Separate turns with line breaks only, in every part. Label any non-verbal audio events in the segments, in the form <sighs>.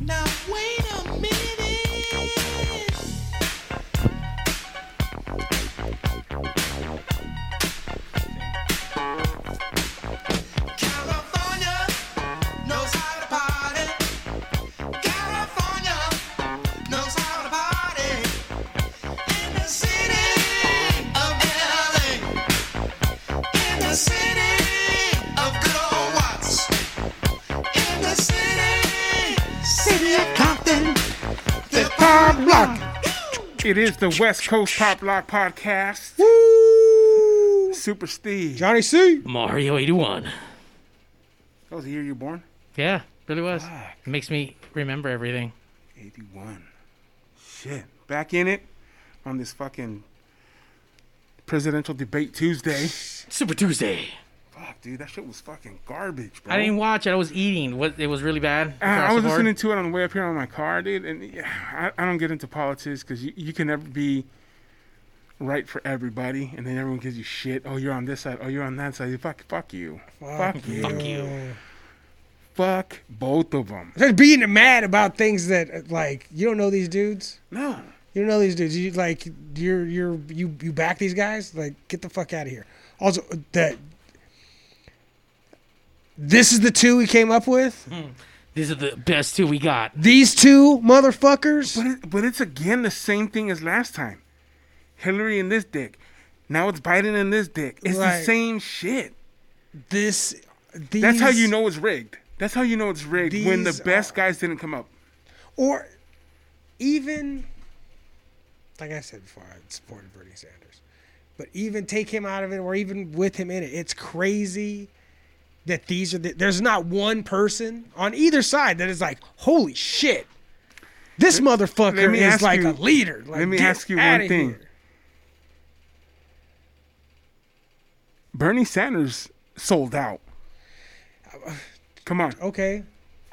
Now wait a minute. California knows how to party. California knows how to party. In the city of LA. In the city of good old Watts. In the city, city of Compton. The pop block.
It is the West Coast Pop Lock Podcast.
Woo!
Super Steve.
Johnny C.
Mario 81.
That was the year you were born?
Yeah, really was. It makes me remember everything.
81. Shit. Back in it on this fucking presidential debate Tuesday.
Super Tuesday.
Fuck, dude. That shit was fucking garbage, bro.
I didn't watch it. I was eating. What it was really bad.
I, I
across
was
the board.
listening to it on the way up here on my car, dude, and yeah, I, I don't get into politics because you, you can never be right for everybody, and then everyone gives you shit. Oh, you're on this side. Oh, you're on that side. Fuck, fuck you. Fuck, you.
Fuck you.
Fuck both of them.
Just being mad about things that like you don't know these dudes.
No.
You don't know these dudes. You like you're you're you you back these guys. Like get the fuck out of here. Also that this is the two we came up with.
These are the best two we got.
These two motherfuckers.
But, it, but it's again the same thing as last time. Hillary and this dick. Now it's Biden and this dick. It's the
Right.
same shit.
This. These,
That's how you know it's rigged. That's how you know it's rigged when the
These
best
are-
guys didn't come up.
or even like I said before, I supported Bernie Sanders, but even take him out of it, or even with him in it, it's crazy that these are the, there's not one person on either side that is like, holy shit, this motherfucker
me ask
is like
you-
a leader. Like,
let me
get
ask you
outta
one thing.
here."
Bernie Sanders sold out. Come on.
Okay,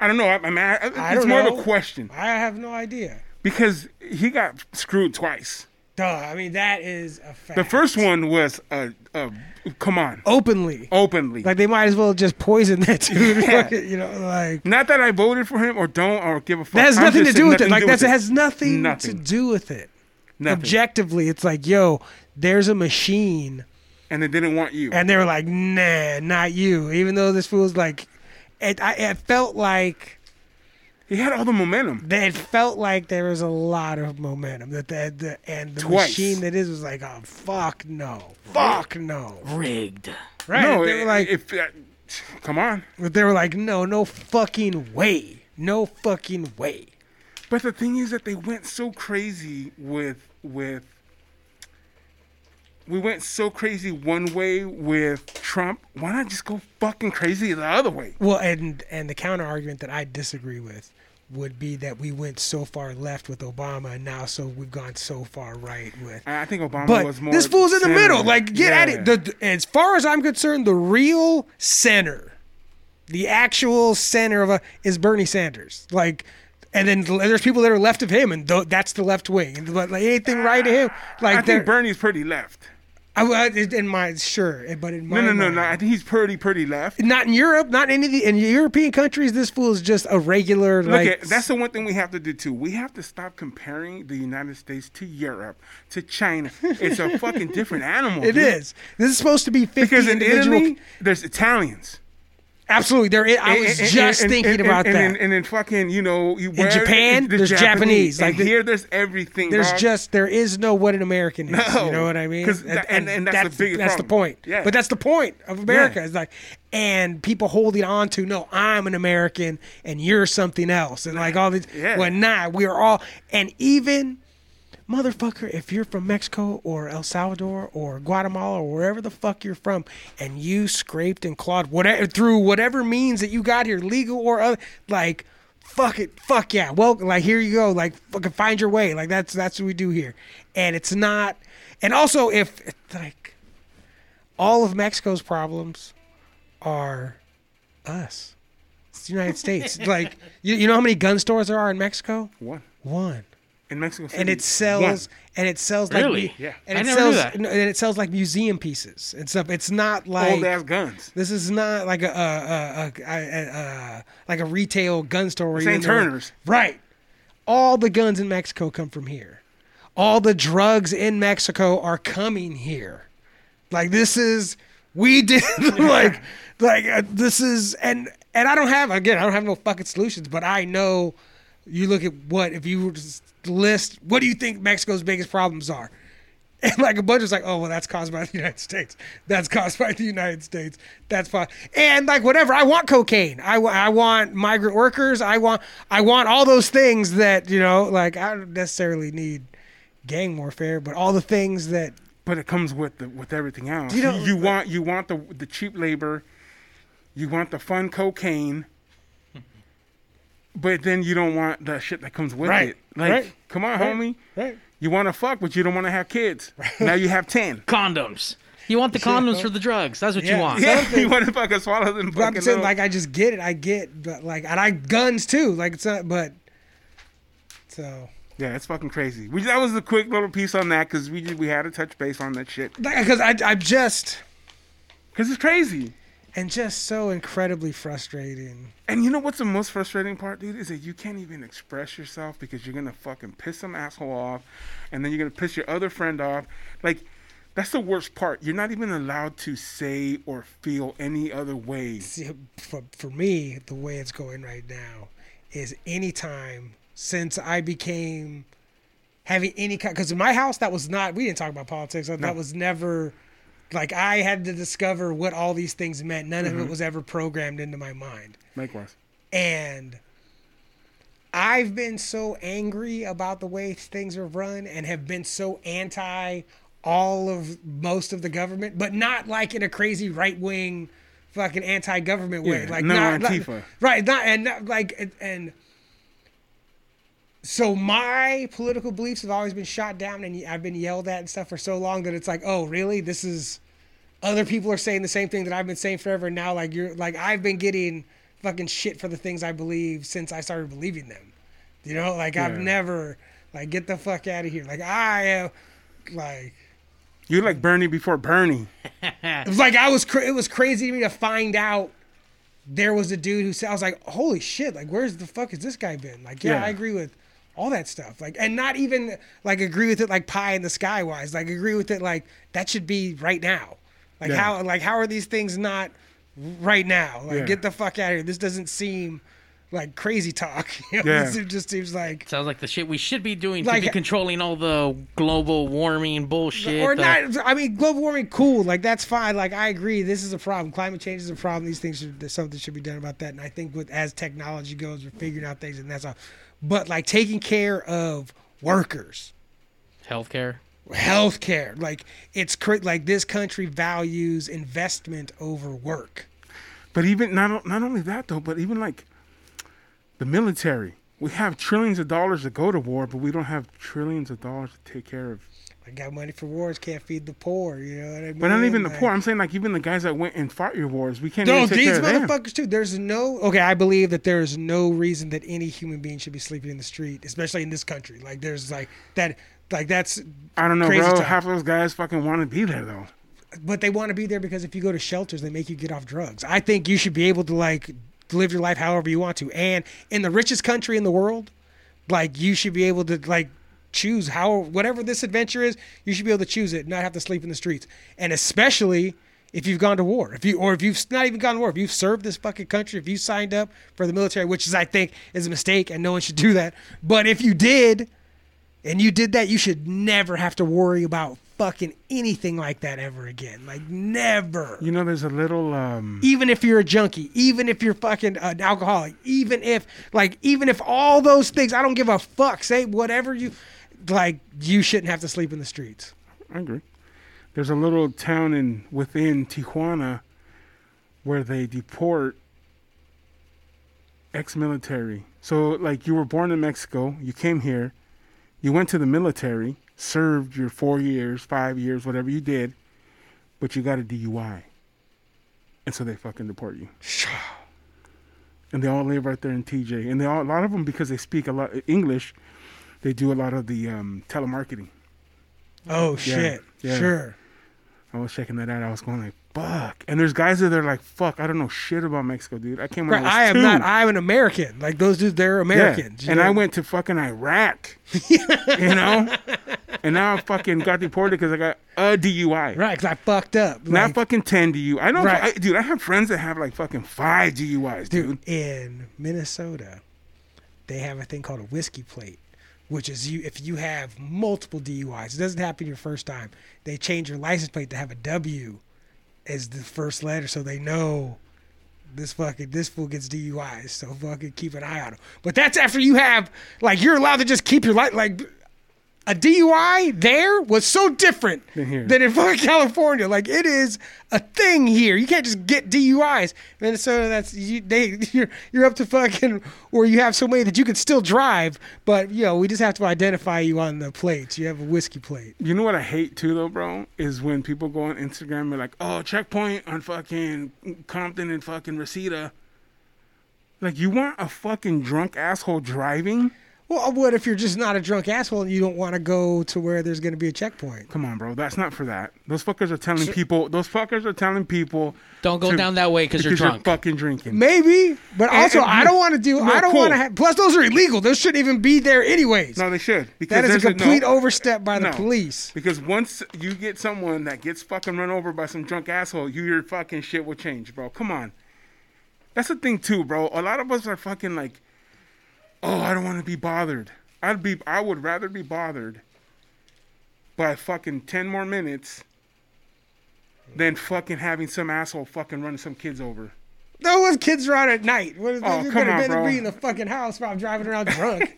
I don't know. I, I'm, I, it's
don't
more of a
know.
question
I have no idea.
because he got screwed twice.
Duh, I mean that is a fact.
The first one was uh, uh, come on,
openly,
openly.
like they might as well just poison that dude.
<laughs> Yeah.
Fuck it, <laughs> you know, like.
Not that I voted for him or don't or give a fuck.
That has
I'm
nothing to
just
do
saying
with it. Like
to do
that
with
has nothing,
Nothing.
to do with it.
Nothing.
Objectively, it's like, yo, there's a machine,
and they didn't want you.
and they were like, nah, not you. Even though this fool's like, it, I, it felt like
He had all the momentum.
that. It felt like there was a lot of momentum that that the, and the
Twice.
machine that is was like, oh fuck no, fuck no,
Rigged.
right?
No,
they
it-
were like,
if <sighs> uh, come on.
but they were like, no, no fucking way, no fucking way.
But the thing is that they went so crazy with with we went so crazy one way with Trump. Why not just go fucking crazy the other way?
Well, and and the counter argument that I disagree with would be that we went so far left with Obama, and now so we've gone so far right with.
I I think Obama
But
was more.
this fool's in the middle. Like, get at
Yeah.
it. The, the- as far as I'm concerned, the real center, the actual center of a is Bernie Sanders. Like, and then there's people that are left of him, and th- that's the left wing. And like, anything right of him,
I
like,
think
they're-
Bernie's pretty left.
I, I, in my sure, but in my
No, no, no,
mind-
no. I think he's pretty, pretty left.
not in Europe, not in any of the, in European countries. This fool is just a regular
Look,
like.
at, that's the one thing we have to do too. We have to stop comparing the United States to Europe, to China.
<laughs>
It's a fucking different animal.
it
dude.
is. This is supposed to be fifty
because in
individual.
Italy there's Italians.
absolutely, there. Is, I
And-
was
and-
just
and-
thinking
and-
about
and,
that.
And, and then fucking, you know, you where-
Japan,
it's the
there's Japanese, like
and
the-
here, there's everything.
There's
dog.
just there is no what an American is.
No,
you know what I mean?
'cause that- and- and that's the biggest
That's the
problem.
point.
Yeah.
But that's the point of America.
Yeah.
It's like, and people holding on to no, I'm an American and you're something else, and like all these.
Yeah.
Well, nah, we are all, and even. Motherfucker, if you're from Mexico or El Salvador or Guatemala or wherever the fuck you're from, and you scraped and clawed whatever through whatever means that you got here, legal or other, like fuck it, fuck yeah, well, like here you go, like fucking find your way, like that's that's what we do here, and it's not, and also if like all of Mexico's problems are us, <laughs> it's the United States, like you, you know how many gun stores there are in Mexico?
What?
One.
in Mexico City.
and it sells
one.
and it sells
Really?
like mu-
Yeah.
and
I
it
never knew
sells
that.
no, and it sells like museum pieces and stuff. It's not like
old ass guns.
this is not like a, a, a, a, a, a like a retail gun store. where
This
you're
ain't
in there-
Turner's.
right? All the guns in Mexico come from here. All the drugs in Mexico are coming here. Like this is we did <laughs> like like uh, this is and and I don't have again I don't have no fucking solutions, but I know you look at what if you were to s- list what do you think Mexico's biggest problems are. <laughs> And like a bunch is like, oh well, that's caused by the United States. That's caused by the United States. That's fine. And like whatever, I want cocaine. I, wa- I want migrant workers. I want I want all those things that you know. Like I don't necessarily need gang warfare, but all the things that
But it comes with the, with everything else.
You
You,
know-
you want you want the the cheap labor, you want the fun cocaine, but then you don't want the shit that comes with
Right,
it. Like,
right,
come on, homie.
right.
You want to fuck, but you don't want to have kids. <laughs> Now you have ten.
<laughs>
Condoms. You want the condoms for the drugs. That's what
Yeah.
you want.
Yeah, <laughs> you want to fucking swallow them
But
fucking.
I'm saying,
little-
like, I just get it. I get, but like, and I guns too. Like, it's not, but so
yeah, that's fucking crazy. We, that was a quick little piece on that because we did- we had to touch base on that shit
because I, I'm just
because it's crazy.
and just so incredibly frustrating.
And you know what's the most frustrating part, dude, is that you can't even express yourself because you're gonna fucking piss some asshole off, and then you're gonna piss your other friend off. Like, that's the worst part. You're not even allowed to say or feel any other way.
See, for for me, the way it's going right now is anytime since I became having any kind because in my house that was not we didn't talk about politics. That was never like I had to discover what all these things meant. None of it was ever programmed into my mind.
Likewise.
and I've been so angry about the way things are run and have been so anti all of most of the government, but not like in a crazy right wing fucking anti government way.
Yeah,
like
no
not, not-
Antifa.
right, not and not, like and- and so my political beliefs have always been shot down and I've been yelled at and stuff for so long that it's like, oh really? This is other people are saying the same thing that I've been saying forever. And now, like you're, like I've been getting fucking shit for the things I believe since I started believing them. You know, like I've
Yeah.
never, like get the fuck out of here. Like I am, like
You're like Bernie before Bernie.
it was like I was, cra- it was crazy to me to find out there was a dude who said, I was like, holy shit, like where's the fuck has this guy been? Like, yeah,
Yeah.
I agree with all that stuff. Like, and not even like agree with it like pie in the sky wise. Like agree with it like that should be right now. Like
Yeah.
how like how are these things not right now? Like
Yeah.
get the fuck out of here. This doesn't seem like crazy talk. <laughs> You know,
Yeah.
this it just seems like
Sounds like the shit we should be doing
Like-
to be controlling all the global warming bullshit.
or
the-
not. I mean, global warming, cool. Like that's fine. Like I agree. This is a problem. Climate change is a problem. These things should there's something should be done about that. And I think with as technology goes, we're figuring out things, and that's all. But like taking care of workers,
Healthcare.
healthcare, like it's cra- like this country values investment over work.
But even not not only that though, but even like the military. We have trillions of dollars to go to war, but we don't have trillions of dollars to take care of
I got money for wars, can't feed the poor. You know what I mean?
But not even the
Like-
poor. I'm saying like even the guys that went and fought your wars, we can't.
No,
even take
these
care of them.
motherfuckers too. There's no okay. I believe that there is no reason that any human being should be sleeping in the street, especially in this country. Like there's like that, like that's.
I don't know,
crazy
bro.
talk.
Half of those guys fucking want to be there though.
But they want to be there because if you go to shelters, they make you get off drugs. I think you should be able to like live your life however you want to. And in the richest country in the world, like you should be able to like choose how whatever this adventure is, you should be able to choose it, not have to sleep in the streets. And especially if you've gone to war, if you or if you've not even gone to war, if you've served this fucking country, if you signed up for the military, which is I think is a mistake and no one should do that. But if you did and you did that, you should never have to worry about fucking anything like that ever again. Like never
You know, there's a little. um
even if you're a junkie, even if you're fucking an alcoholic, even if like even if all those things, I don't give a fuck. Say whatever you like. You shouldn't have to sleep in the streets.
I agree. There's a little town in within Tijuana where they deport ex-military. So like you were born in Mexico, you came here, you went to the military, served your four years, five years, whatever you did, but you got a DUI, and so they fucking deport you. And they all live right there in TJ, and they all a lot of them because they speak a lot English. they do a lot of the um, telemarketing.
Oh shit.
yeah.
Sure.
I was checking that out. I was going like, fuck. And there's guys that are like, fuck, I don't know shit about Mexico, dude. I came when
Right.
I
I
was
am
two.
not. I'm an American. Like those dudes, they're
Yeah.
Americans. you
And
know?
I went to
<laughs>
fucking Iraq, you know? And now I fucking got deported because I got a DUI.
right because I fucked up.
Not
Like,
fucking 10 DUI. I know,
Right.
I, dude, I have friends that have like fucking five DUIs, dude.
dude, in Minnesota, they have a thing called a whiskey plate, which is you if you have multiple DUIs. It doesn't happen your first time. They change your license plate to have a W as the first letter, so they know this fucking this fool gets DUIs. So fucking keep an eye on him. But that's after you have like you're allowed to just keep your light like. A DUI there was so different
Than here.
than in fucking California. Like it is a thing here. You can't just get DUIs. Minnesota, that's you. They <laughs> you're you're up to fucking where you have so many that you can still drive, but you know we just have to identify you on the plates. You have a whiskey plate.
You know what I hate too, though, bro? Is when people go on Instagram and they're like, oh, checkpoint on fucking Compton and fucking Reseda. Like, you want a fucking drunk asshole driving?
Well, uh, what if you're just not a drunk asshole and you don't want to go to where there's going to be a checkpoint?
Come on, bro. That's not for that. Those fuckers are telling people. Those fuckers are telling people.
Don't go
to-
down that way 'cause you're drunk.
fucking drinking.
Maybe, but also
and-
I don't want to do.
No,
I don't
cool.
want to have. Plus, those are illegal. Those shouldn't even be there anyways.
No, they should. Because
that is a
there's
complete
no-
overstep by the
no.
police.
Because once you get someone that gets fucking run over by some drunk asshole, you your fucking shit will change, bro. Come on. That's the thing too, bro. A lot of us are fucking like, oh, I don't want to be bothered. I'd be, I would rather be bothered by fucking ten more minutes than fucking having some asshole fucking running some kids over.
Those kids are out at night. What is
Oh,
you
come
could
on,
have been
bro.
be in the fucking house while I'm driving around
<laughs>
drunk.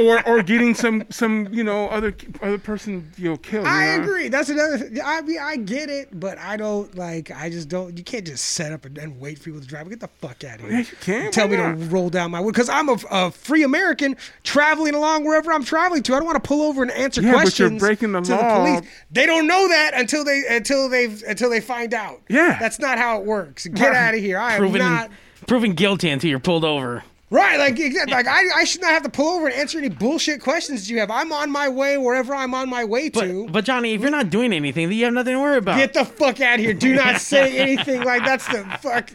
or or getting some some you know other other person you know killed. you
I
know?
agree. That's another. Thing. I mean, I get it, but I don't like. I just don't. You can't just set up and, and wait for people to drive. Get the fuck out of
Yeah, <laughs>
here.
you can.
Tell me
why
to
not?
roll down my window because I'm a, a free American traveling along wherever I'm traveling to. I don't want to pull over and answer
Yeah, but you're
questions.
breaking the
to
law.
The police. They don't know that until they until they until they find out.
Yeah.
that's not how it works.
<laughs>
Get out of here. I am
Proven,
not.
proven guilty until you're pulled over.
Right, like exactly. Like I, I should not have to pull over and answer any bullshit questions you have. I'm on my way wherever I'm on my way
But,
to.
but Johnny, if you're not doing anything, then you have nothing to worry about.
Get the fuck out of here. Do not say anything like that's the fuck.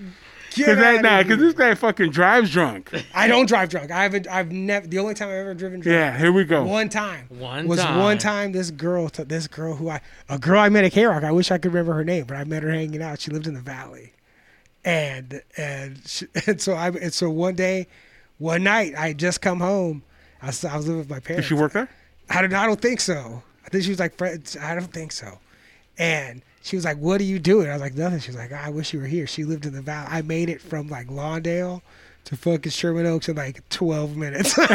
Get
Cause that,
out
nah,
of here.
cause this guy fucking drives drunk.
I don't drive drunk. I haven't. I've never. The only time I've ever driven drunk.
Yeah, here we go.
One time.
One
was
time.
one time this girl. To, this girl who I a girl I met at K Rock. I wish I could remember her name, but I met her hanging out. She lived in the valley, and and she, <laughs> and so I and so one day, one night I had just come home. I was, I was living with my parents.
Did she work there?
I don't, I don't think so. I think she was like, friends. I don't think so. And she was like, what are you doing? I was like, nothing. She was like, I wish you were here. She lived in the valley. I made it from like Lawndale to fucking Sherman Oaks in like 12 minutes. <laughs> and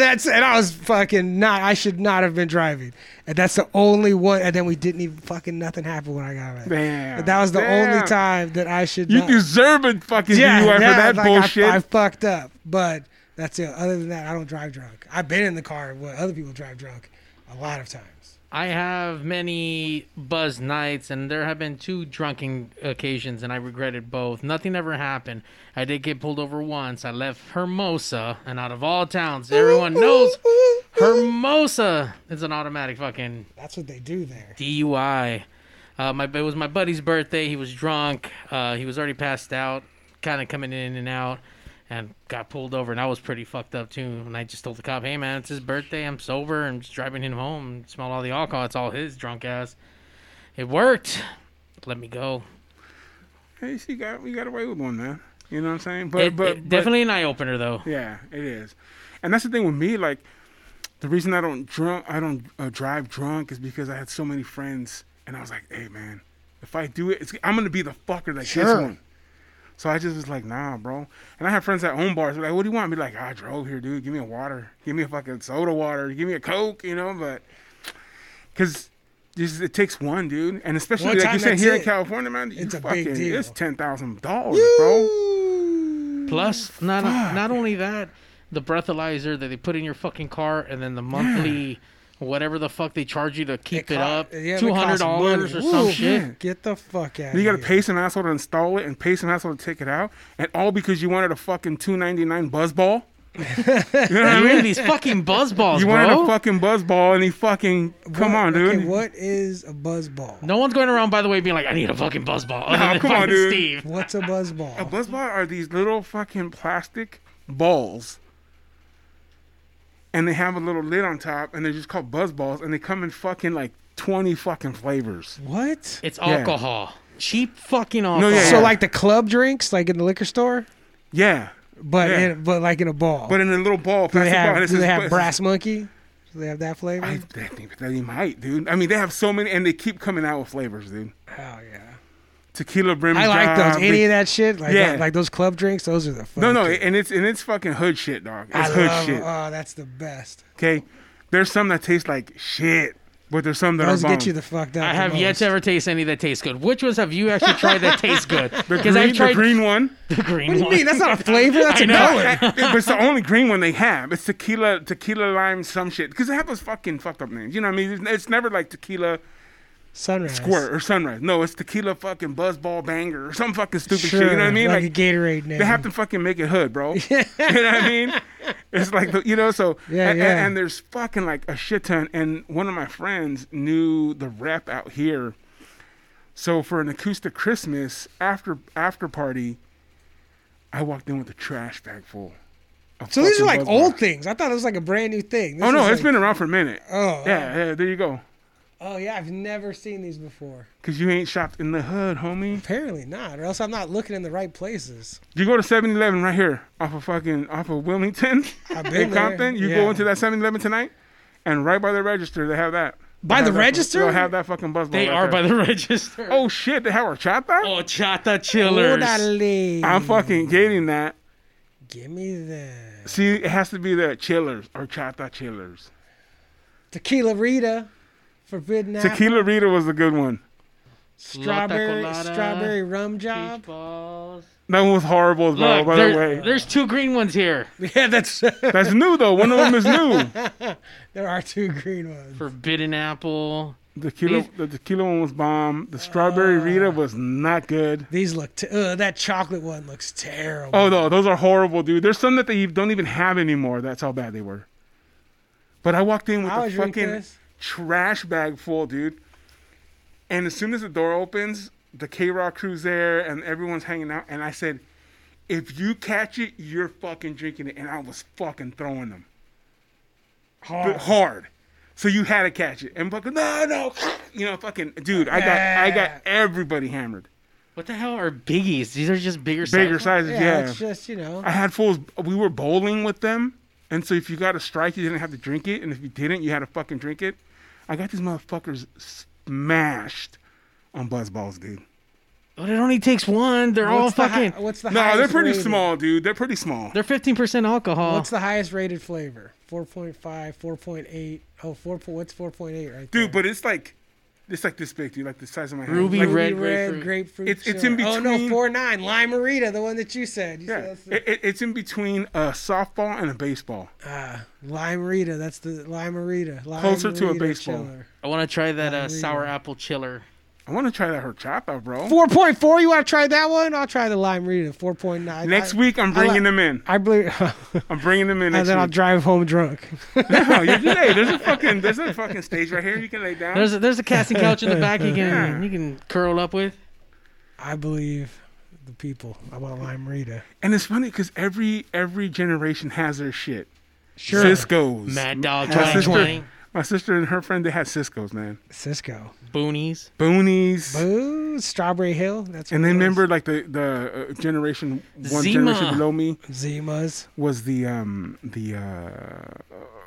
that's, and I was fucking not, I should not have been driving. And that's the only one. And then we didn't even fucking nothing happened when I got back.
Damn.
And that was the
Damn.
only time that I should
You
not.
deserve a
<laughs>
fucking
Yeah,
DUI
yeah,
for that
like, I-
bullshit.
I, fucked up, but that's it. Other than that, I don't drive drunk. I've been in the car where other people drive drunk a lot of times.
I have many buzz nights, and there have been two drunken occasions, and I regretted both. Nothing ever happened. I did get pulled over once. I left Hermosa, and out of all towns, everyone knows Hermosa is an automatic fucking
That's what they do there.
DUI. Uh, my it was my buddy's birthday. He was drunk. Uh, he was already passed out, kind of coming in and out, and got pulled over. And I was pretty fucked up too. And I just told the cop, "Hey man, it's his birthday. I'm sober. I'm just driving him home. Smell all the alcohol. It's all his drunk ass." It worked. Let me go.
hey, she got we got away with one, man. You know what I'm saying? But
It-
but,
it-
but-
definitely an eye opener though.
yeah, it is. And that's the thing with me. Like the reason I don't drunk, I don't uh, drive drunk is because I had so many friends, and I was like, hey, man, if I do it, it's, I'm gonna be the fucker that gets
Sure.
one. So I just was like, nah, bro. And I have friends that own bars. They're like, what do you want? I'd be like, I drove here, dude. Give me a water. Give me a fucking soda water. Give me a Coke, you know? But, because it takes one, dude. And especially,
One
like
time,
you said,
that's
here in
it.
California, man, you
It's a
fucking,
big deal.
it's $10,000, bro.
Plus, not not only that, the breathalyzer that they put in your fucking car, and then the monthly, whatever the fuck they charge you to keep it,
co-
up,
yeah, it
two hundred
costs
dollars or
money.
some
Ooh,
shit.
man, Get the fuck out.
You got
of
to
here.
pay some asshole to install it and pay some asshole to take it out. And all because you wanted a fucking two ninety nine buzz ball. You know what I
<laughs> You
mean?
into these fucking buzzballs,
You wanted
bro.
a fucking buzzball, and he fucking come
What-
on, dude.
Okay, what is a buzz ball?
no one's going around, by the way, being like, "I need a fucking buzzball." <laughs> other than
come on,
fucking
dude.
Steve.
What's a buzz ball?
A buzzball are these little fucking plastic balls, and they have a little lid on top, and they're just called buzzballs, and they come in fucking like twenty fucking flavors.
what?
It's alcohol, cheap fucking
yeah,
alcohol.
yeah.
So like the club drinks, like in the liquor store,
Yeah,
but
Yeah.
in, but like in a ball.
but in a little ball,
do they
plastic ball. and
have,
it
do they
says-
have
it
brass monkey? Do they have that flavor?
I, I think that they might, dude. I mean, they have so many, and they keep coming out with flavors, dude.
Hell yeah.
Tequila brim.
I like
job,
those. Any
big-
of that shit, like
Yeah.
like those club drinks, those are the fucking.
No, no, and it's and it's fucking hood shit, dog. It's
I
hood
love.
shit.
Oh, that's the best.
Okay, there's some that taste like shit, but there's some that
Those
are bomb.
get you the fucked up.
I
the
have yet
most.
to ever taste any that tastes good. Which ones have you actually tried that taste good?
the,
Because
green,
I've tried
the
<laughs>
green one.
the green
What do you
one.
mean? That's not a flavor.
<laughs>
That's a
know.
color.
I- <laughs> but it's the only green one they have. It's tequila, tequila lime, some shit. Because they have those fucking fucked up names. You know what I mean? It's, it's never like tequila
Sunrise.
squirt or sunrise. No, it's tequila fucking buzzball banger or some fucking stupid
Sure.
shit. You know what I mean?
Like,
Like,
a Gatorade name.
they have to fucking make it hood,
<laughs>
bro. you know what I mean? It's like the, you know. So
Yeah,
and,
yeah.
and there's fucking like a shit ton. And one of my friends knew the rep out here. So for an acoustic Christmas after after party, I walked in with a trash bag full. of
so these
fucking
are like
Bud
old
Light.
things. I thought it was like a brand new thing. This
Oh
is
no,
like,
it's been around for a minute.
Oh,
yeah, yeah. There you go.
Oh yeah, I've never seen these before.
Cause you ain't shopped in the hood, homie.
Apparently not, or else I'm not looking in the right places.
You go to 7-Eleven right here, off of fucking off of Wilmington. <laughs>
I've
in
been there.
Compton, you
Yeah.
go into that 7-Eleven tonight, and right by the register, they have that.
By
They
the
have that-
register?
They'll have that fucking buzz.
They are by the register.
Oh shit, they have horchata.
Oh, chata chillers.
Orale.
I'm fucking getting that.
Give me that
See, it has to be the chillers, horchata chillers.
tequila Rita, forbidden apple,
Tequila Rita was a good one.
strawberry
Lota colada,
strawberry rum job.
peach balls.
That one was horrible, bro.
Look,
By
there-
the way,
there's two green ones here.
<laughs> Yeah, that's there
that's new though. One of them is new.
are two green ones.
<laughs> Forbidden apple.
The tequila,
These-
the tequila one was bomb. The strawberry Rita was not good.
These look t- uh, that chocolate one looks terrible.
Oh no, those are horrible, dude. There's some that they don't even have anymore. That's how bad they were. But I walked in with
I
a
would drink
fucking
this.
trash bag full, dude. And as soon as the door opens, the K Rock crew's there and everyone's hanging out. And I said, if you catch it, you're fucking drinking it. And I was fucking throwing them hard. hard. So you had to catch it. And fucking, no, no. You know, fucking, dude, I got, I got everybody hammered.
What the hell are biggies? These are just bigger sizes.
Bigger sizes,
yeah,
yeah.
it's just you know.
I had fools. We were bowling with them, and so if you got a strike, you didn't have to drink it, and if you didn't, you had to fucking drink it. I got these motherfuckers smashed on buzzballs, dude.
But it only takes one. They're all
What's the hi-
fucking.
what's the
No, they're
highest
pretty
rated?
small, dude. They're pretty small.
they're 15% alcohol.
What's the highest rated flavor? 4.5, 4.8. Oh, 4. po- What's 4.8 right there?
dude, but it's like, it's like this big, dude, like the size of my hand.
Ruby
Like,
red
grapefruit.
grapefruit.
It's- it's in
syrup. Oh no,
between-
four nine lime marita, the one that you said. You
Yeah,
said that's
it, it, it's in between a softball and a baseball.
the, ah, lime marita. That's the lime marita. Lime
Closer to a
Rita
baseball.
chiller.
I want to try that uh,
Diarrhea.
sour
<laughs>
apple chiller.
I want to try that horchata, bro.
Four point four. You want to try that one? I'll try the lime marita. Four point nine.
Next week, I'm bringing them in.
I believe, <laughs>
I'm bringing them in
and
next
then I'll
week.
drive home drunk.
<laughs>
<laughs>
No, you're- hey, there's a fucking, there's a fucking stage right here. You can lay down.
There's a, there's a casting couch in the back you
Yeah.
can, you can curl up with.
I believe the people. I want lime marita.
And it's funny because every every generation has their shit.
Sure,
Cisco's.
Mad Dog
my sister,
2020.
my sister and her friend they had Cisco's, man.
Cisco.
Boonies.
Boonies.
Boo, Strawberry Hill. That's
and
what
then
it was.
remember, like the the uh, generation one
Zima.
generation below me
Zimas,
was the um the uh, uh,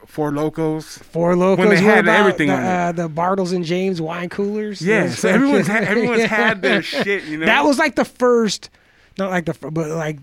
Four Locos.
Four Locos.
they
what
had
about
everything
the,
on it.
uh, the Bartles and James wine coolers.
Yeah,
Those
so everyone's
fucking- <laughs>
had, everyone's had their shit, you know.
That was like the first, not like the fir- but like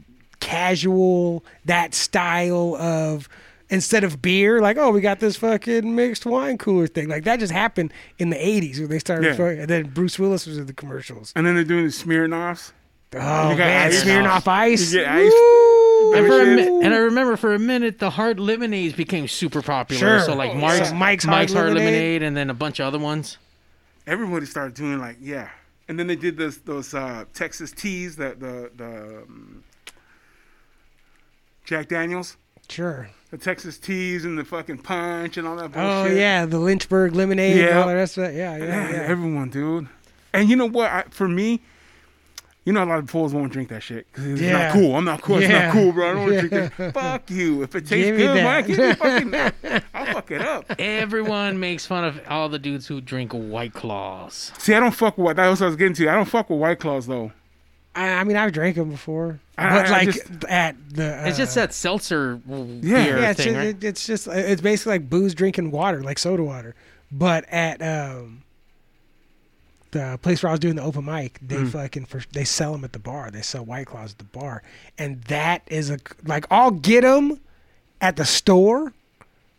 casual that style of instead of beer, like oh we got this fucking mixed wine cooler thing. Like that just happened in the '80s when they started.
Yeah.
fucking- and then Bruce Willis was in the commercials.
And then they're doing the Smirnoffs.
Oh
got
man,
ice.
smearing off ice.
You get ice.
Woo!
That
And, for a
shit.
mi- and I remember for a minute the hard lemonades became super popular.
Sure.
So like
Oh,
Mark's,
yeah. Mike's
Mike's,
Hard
hard,
Lemonade.
lemonade. and then a bunch of other ones.
Everybody started doing like yeah. And then they did those those uh, Texas teas, the the the um, Jack Daniels.
Sure.
The Texas teas and the fucking punch and all that
Oh
bullshit.
yeah, the Lynchburg lemonade and
Yeah.
all the rest of that. Yeah, yeah,
Yeah,
yeah.
everyone, dude. And you know what? I, for me, you know, a lot of fools won't drink that shit 'cause it's
Yeah.
not cool. I'm not cool. It's
Yeah.
not cool, bro. I don't want to
<laughs> Yeah.
drink that. Fuck you. If it tastes
Give me
good,
that.
why give me
<laughs>
fucking that. I'll fuck it up.
Everyone makes fun of all the dudes who drink White Claws.
See, I don't fuck with. That was what I was getting to. I don't fuck with White Claws though.
I, I mean, I've drank them before,
I-
but
I
like
just-
at the uh,
It's just that seltzer w-
Yeah.
beer
yeah, it's
thing,
just,
right?
it- it's just uh, it's basically like booze drinking water, like soda water. But at um, the place where I was doing the open mic, they
Hmm.
fucking for, they sell them at the bar. They sell White Claws at the bar, and that is a like I'll get them at the store.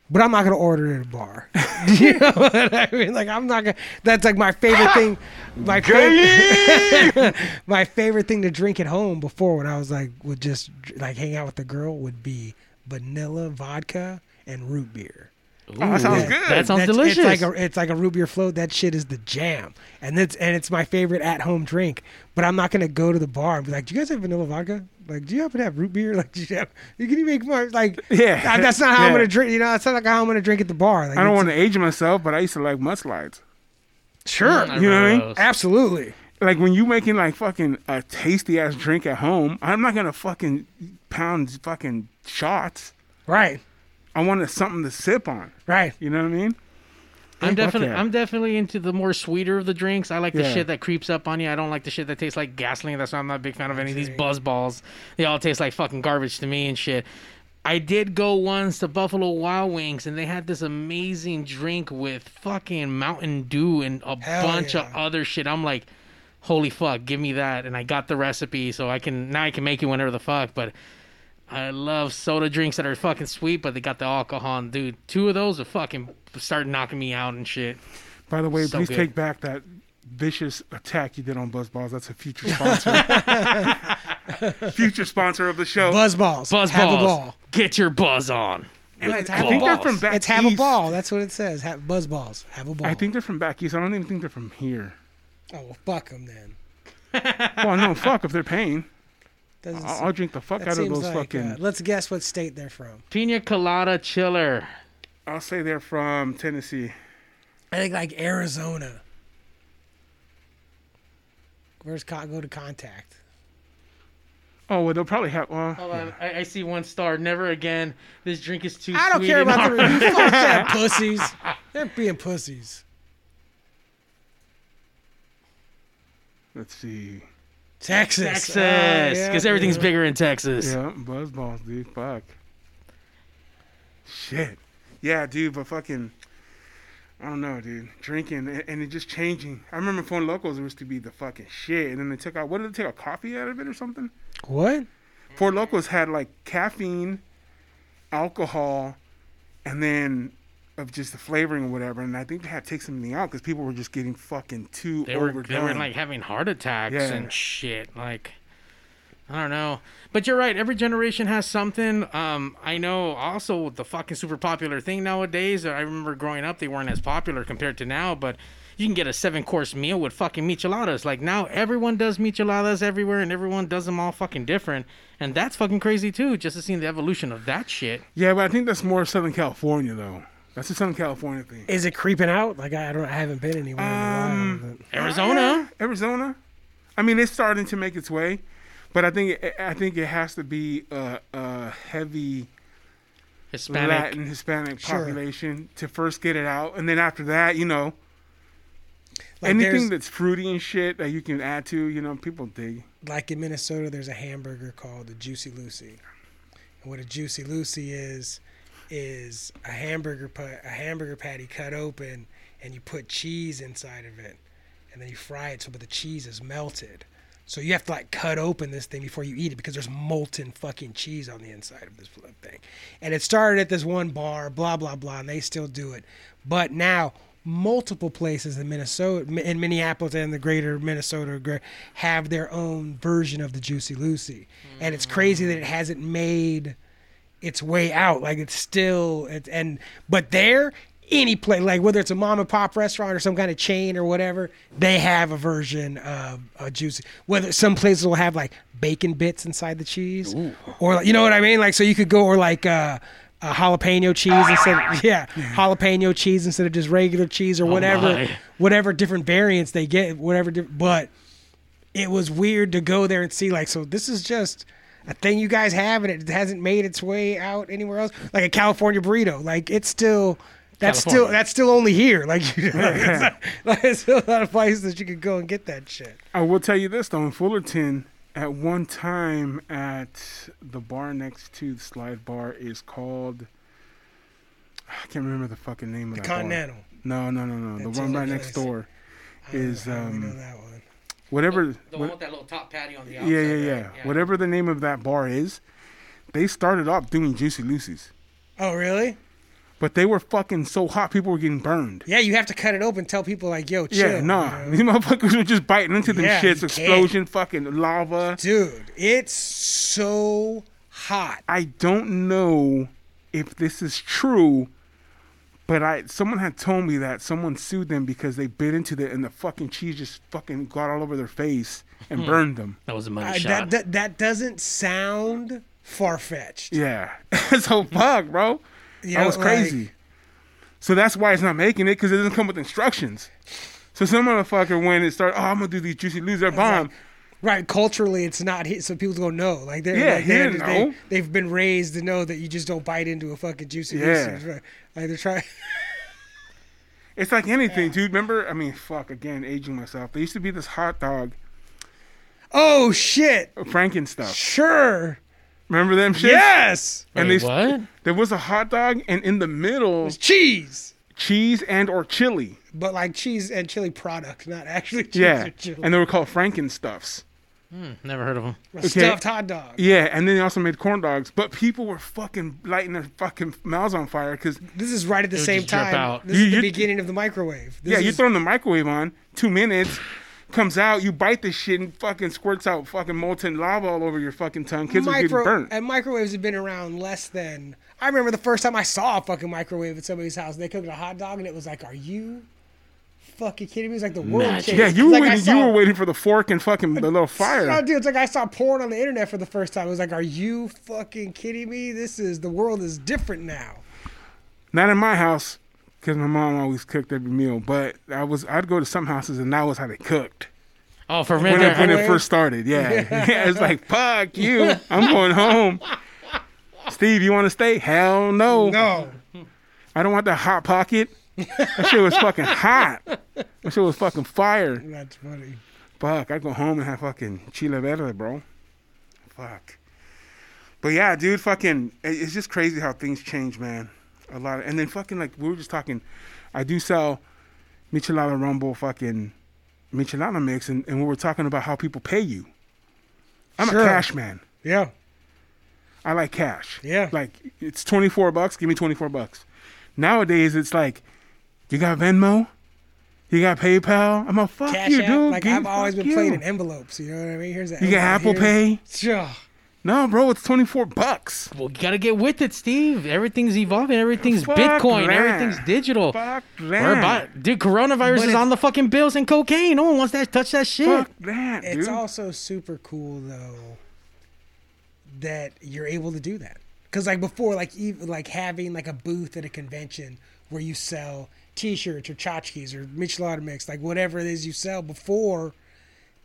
But I'm not gonna order it at a bar. <laughs> you know what I mean? Like I'm not gonna. That's like my favorite
<laughs>
thing. My favorite, my favorite thing to drink at home before when I was like would just like hang out with the girl would be vanilla vodka and root beer.
Oh, that sounds
Yeah.
good.
That sounds
That's-
delicious.
It's like a it's like a root beer float. That shit is the jam, and it's and it's my favorite at home drink. But I'm not gonna go to the bar and be like, "Do you guys have vanilla vodka? Like, do you happen to have root beer? <laughs> Like, do you have? Can you make more? Like,
<laughs> Yeah.
that- that's not how I'm
Yeah.
gonna drink. You know, that's not like how I'm gonna drink at the bar. Like,
I don't
it's-
want to age myself, but I used to like mudslides.
Sure,
I
you know what I mean?
remember those.
absolutely.
Like when you making like fucking a tasty ass drink at home, I'm not gonna fucking pound fucking shots.
Right,
I wanted something to sip on.
right.
You know what I mean?
I'm
Fuck
definitely
yeah.
I'm definitely into the more sweeter of the drinks. I like the
Yeah.
shit that creeps up on you. I don't like the shit that tastes like gasoline. That's why I'm not a big fan of any of these buzz balls. They all taste like fucking garbage to me and shit. I did go once to Buffalo Wild Wings and they had this amazing drink with fucking Mountain Dew and a
Hell
bunch
yeah.
of other shit. I'm like, holy fuck, give me that. And I got the recipe so I can now I can make it whenever the fuck. But I love soda drinks that are fucking sweet, but they got the alcohol. And dude, two of those are fucking start knocking me out and shit.
By the way,
So
please
good.
take back that vicious attack you did on Buzzballs. That's a future
<laughs>
sponsor. future sponsor of the show.
Buzz balls.
Buzz
have
balls.
a ball.
Get your buzz on.
And I,
With
I think they're
balls.
from back
It's have a
east.
ball. That's what it says. Have buzz balls. Have a ball.
I think they're from back east. I don't even think they're from here.
Oh well, fuck them then.
Well, no, fuck if they're paying.
Doesn't
I'll, I'll drink the fuck
that
out of
seems
those
like,
fucking.
uh, let's guess what state they're from.
Pina colada chiller.
I'll say they're from Tennessee.
I think like Arizona. Where's con- go to contact?
Oh well, they'll probably have. Uh,
Hold on, I, I see one star. Never again. This drink is too.
I don't
sweet
care
and
about the
hard.
you <laughs> fuck
<laughs>
that pussies. They're being pussies.
let's see.
Texas.
<laughs> Texas,
Oh, yeah,
because everything's
yeah.
bigger in Texas. <laughs>
Yeah, Buzzballs, dude. Fuck. Shit. Yeah, dude, but fucking. I don't know, dude. Drinking and, and it just changing. I remember Fun Locals used to be the fucking shit, and then they took out. What did they take out? Coffee out of it or something?
What?
Four
Mm-hmm.
Locals had like caffeine, alcohol, and then of just the flavoring or whatever. And I think they had to take something out because people were just getting fucking too
They were
overdone.
they were like having heart attacks
Yeah.
and shit. Like I don't know. But you're right, every generation has something. Um I know also the fucking super popular thing nowadays. I remember growing up they weren't as popular compared to now, but you can get a seven course meal with fucking micheladas. Like now everyone does micheladas everywhere and everyone does them all fucking different. And that's fucking crazy too, just to see the evolution of that shit.
yeah, but I think that's more Southern California though. That's a Southern California thing.
Is it creeping out? Like I don't. I haven't been anywhere. in
Um,
a while, but-
Arizona.
Arizona. I mean, it's starting to make its way, but I think it, I think it has to be a, a heavy
Hispanic
Latin Hispanic
Sure.
population to first get it out, and then after that, you know,
like
anything
there's-
that's fruity and shit that you can add to, you know, people dig.
like in Minnesota, there's a hamburger called the Juicy Lucy. And what a Juicy Lucy is, is a hamburger pa- a hamburger patty cut open, and you put cheese inside of it, and then you fry it so but the cheese is melted. So you have to like cut open this thing before you eat it because there's molten fucking cheese on the inside of this flip thing. And it started at this one bar, blah blah blah, and they still do it. But now multiple places in Minnesota, in Minneapolis and the greater Minnesota, gre- have their own version of the Juicy Lucy, and it's crazy that it hasn't made its way out. Like it's still, it, and but there, any place, like whether it's a mom and pop restaurant or some kind of chain or whatever, they have a version of a juicy. Whether some places will have like bacon bits inside the cheese, or like, you know what I mean, like so you could go or like uh, a jalapeno cheese instead, of, yeah, jalapeno cheese instead of just regular cheese or whatever,
my.
whatever different variants they get, whatever. di- But it was weird to go there and see like so this is just a thing you guys have and it hasn't made its way out anywhere else like a california burrito like it's still that's still
California.
that's still only here <laughs> like, you know, it's not, <laughs> like it's still not a place that you could go and get that shit
I will tell you this though, in Fullerton, at one time at the bar next to the slide bar is called I can't remember the fucking name of the
continental
No, no, no, no.
That's
the one
another
right next
place.
door is
I don't know
um
that one
whatever.
The
what-
one with that little top patty on the outside.
yeah, yeah,
right?
yeah, Whatever the name of that bar is, they started off doing Juicy Lucy's,
oh really
but they were fucking so hot, people were getting burned.
yeah you have to cut it open tell people like yo chill,
Yeah, nah. These motherfuckers were just biting into them
Yeah,
shits.
you
Explosion, fucking lava.
dude it's so hot
I don't know if this is true, but I someone had told me that someone sued them because they bit into the and the fucking cheese just fucking got all over their face and
Hmm.
burned them.
That was a
Uh,
money
I,
shot.
that, that that doesn't sound far-fetched
Yeah. <laughs> so fuck, bro.
You
That
know,
was crazy.
like-
so that's why it's not making it because it doesn't come with instructions. So some motherfucker went and started, oh, I'm gonna do these juicy lose their bomb.
Right, culturally, it's not hit, so people don't know. Like they're,
Yeah,
like,
he
they're
didn't know.
They, have been raised to know that you just don't bite into a fucking juicy.
Yeah.
Lucy's, right. like they're trying.
It's like anything, dude. Remember? I mean, fuck. Again, aging myself. There used to be this hot dog,
<laughs>
uh,
Oh shit!
Franken stuff.
Sure.
Remember them shit?
Yes.
And
Wait,
they-
what?
There was a hot dog, and in the middle,
It's cheese,
cheese and or chili.
but like cheese and chili product, not actually cheese
Yeah,
or chili.
and they were called Franken stuffs.
Never heard of them.
A stuffed hot dog.
Yeah, and then they also made corn dogs. But people were fucking lighting their fucking mouths on fire because
This is right at the
would
same
just drip
time.
out.
This
You-
is the
you-
beginning of the microwave. This
yeah, you
is-
throw in the microwave on two minutes, comes out, you bite this shit and fucking squirts out fucking molten lava all over your fucking tongue. Kids were
micro
getting burnt.
and microwaves have been around less than I remember the first time I saw a fucking microwave at somebody's house. They cooked a hot dog and it was like, "Are you fucking kidding me?" It's like the world
Magic.
changed.
Yeah, you
It's
were
like I
waiting, you
saw-
were waiting for the fork and fucking
<laughs>
the little
No,
fire.
dude, it's like I saw porn on the internet for the first time. It was like, "Are you fucking kidding me? This is the world is different now."
Not in my house because my mom always cooked every meal. But I was I'd go to some houses and that was how they cooked.
Oh, for
when, it, when
me,
it first started. Yeah.
<laughs>
<laughs> yeah. It's like, fuck you. I'm going home. Steve, you want to stay? Hell no.
No,
I don't want that hot pocket. That shit was fucking hot. That shit was fucking fire.
that's funny.
Fuck, I go home and have fucking chile verde, bro. Fuck. But yeah, dude, fucking, it- it's just crazy how things change, man. A lot, of, and then fucking like we were just talking, I do sell Michelada Rumble fucking Michelada mix, and, and we were talking about how people pay you. I'm
Sure.
a cash man.
Yeah,
I like cash.
Yeah.
Like it's 24 bucks. Give me 24 bucks. Nowadays it's like, you got Venmo, you got PayPal. I'm a fuck
cash
you,
app.
dude.
like
Give-
I've always
fuck
been playing
you.
in envelopes. You know what I mean? Here's that.
You got Apple Pay.
Sure.
No, bro, it's 24 bucks.
well, you gotta get with it, Steve. Everything's evolving. Everything's
Fuck
Bitcoin.
that.
Everything's digital.
Fuck
We're
that.
about, dude, coronavirus is
it's-
on the fucking bills and cocaine. No one wants that. Touch that shit.
Fuck that, dude.
It's also super cool though that you're able to do that. Cause like before, like even like having like a booth at a convention where you sell T-shirts or tchotchkes or Michelada mix, like whatever it is you sell. Before,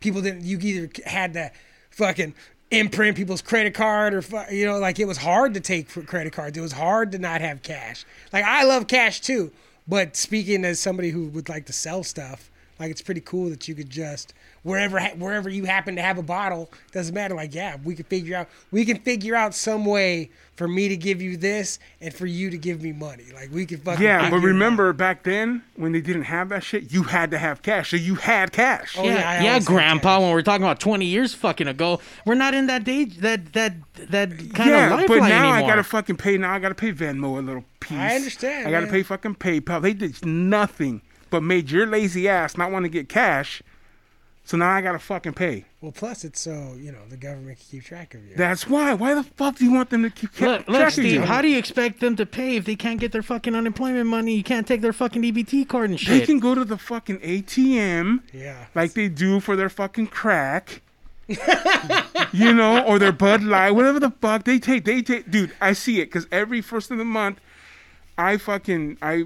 people didn't. You either had to fucking imprint people's credit card or fu- you know, like it was hard to take for credit cards. It was hard to not have cash. Like I love cash too, but speaking as somebody who would like to sell stuff, like it's pretty cool that you could just wherever ha- wherever you happen to have a bottle doesn't matter. Like yeah, we could figure out we can figure out some way for me to give you this and for you to give me money. Like we could fucking
yeah, but
figure it out.
remember back then when they didn't have that shit, you had to have cash. So you had cash.
Oh,
Yeah,
yeah, I
yeah,
always had
Grandpa.
cash.
When we're talking about twenty years fucking ago, we're not in that day, that that that kind
yeah,
of lifeline
but now
anymore.
I gotta fucking pay. Now I gotta pay Venmo a little piece.
I understand,
I gotta
man.
pay fucking PayPal. They did nothing but made your lazy ass not want to get cash So now I gotta fucking pay.
Well, plus it's so you know the government can keep track of you.
That's why. Why the fuck do you want them to keep ca-
Look, look,
track of you?
Steve. How do you expect them to pay if they can't get their fucking unemployment money? You can't take their fucking EBT card and
They
shit.
can go to the fucking ATM
yeah.
like they do for their fucking crack. <laughs> you know, or their Bud Light, whatever the fuck they take. They take, dude. I see it because every first of the month, I fucking I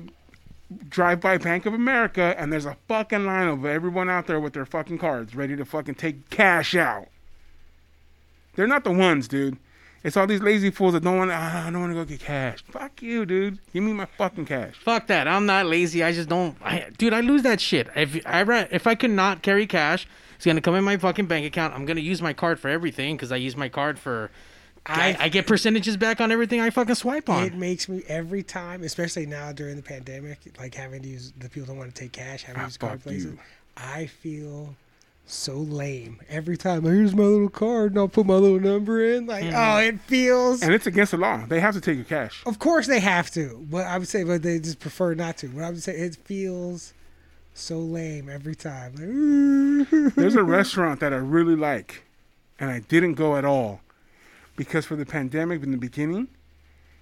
drive by Bank of America and there's a fucking line of everyone out there with their fucking cards ready to fucking take cash out. They're not the ones, dude. It's all these lazy fools that don't want. I don't want to go get cash. Fuck you, dude. Give me my fucking cash.
Fuck that. I'm not lazy. I just don't. I, dude, I lose that shit. If I ra- if I could not carry cash, it's gonna come in my fucking bank account. I'm gonna use my card for everything because I use my card for. I,
I-
I get percentages back on everything I fucking swipe
It
on.
makes me every time, especially now during the pandemic, like having to use the people don't want to take cash, having to
Ah,
use card
fuck
places.
you.
I feel so lame every time. Here's my little card, and I'll put my little number in. Like, oh, it feels.
Mm. And it's against the law. They have to take
<laughs>
your cash.
Of course they have to, but I would say, but they just prefer not to. But I would say it feels so lame every time. Like, <laughs>
There's a restaurant that I really like, and I didn't go at all because for the pandemic in the beginning,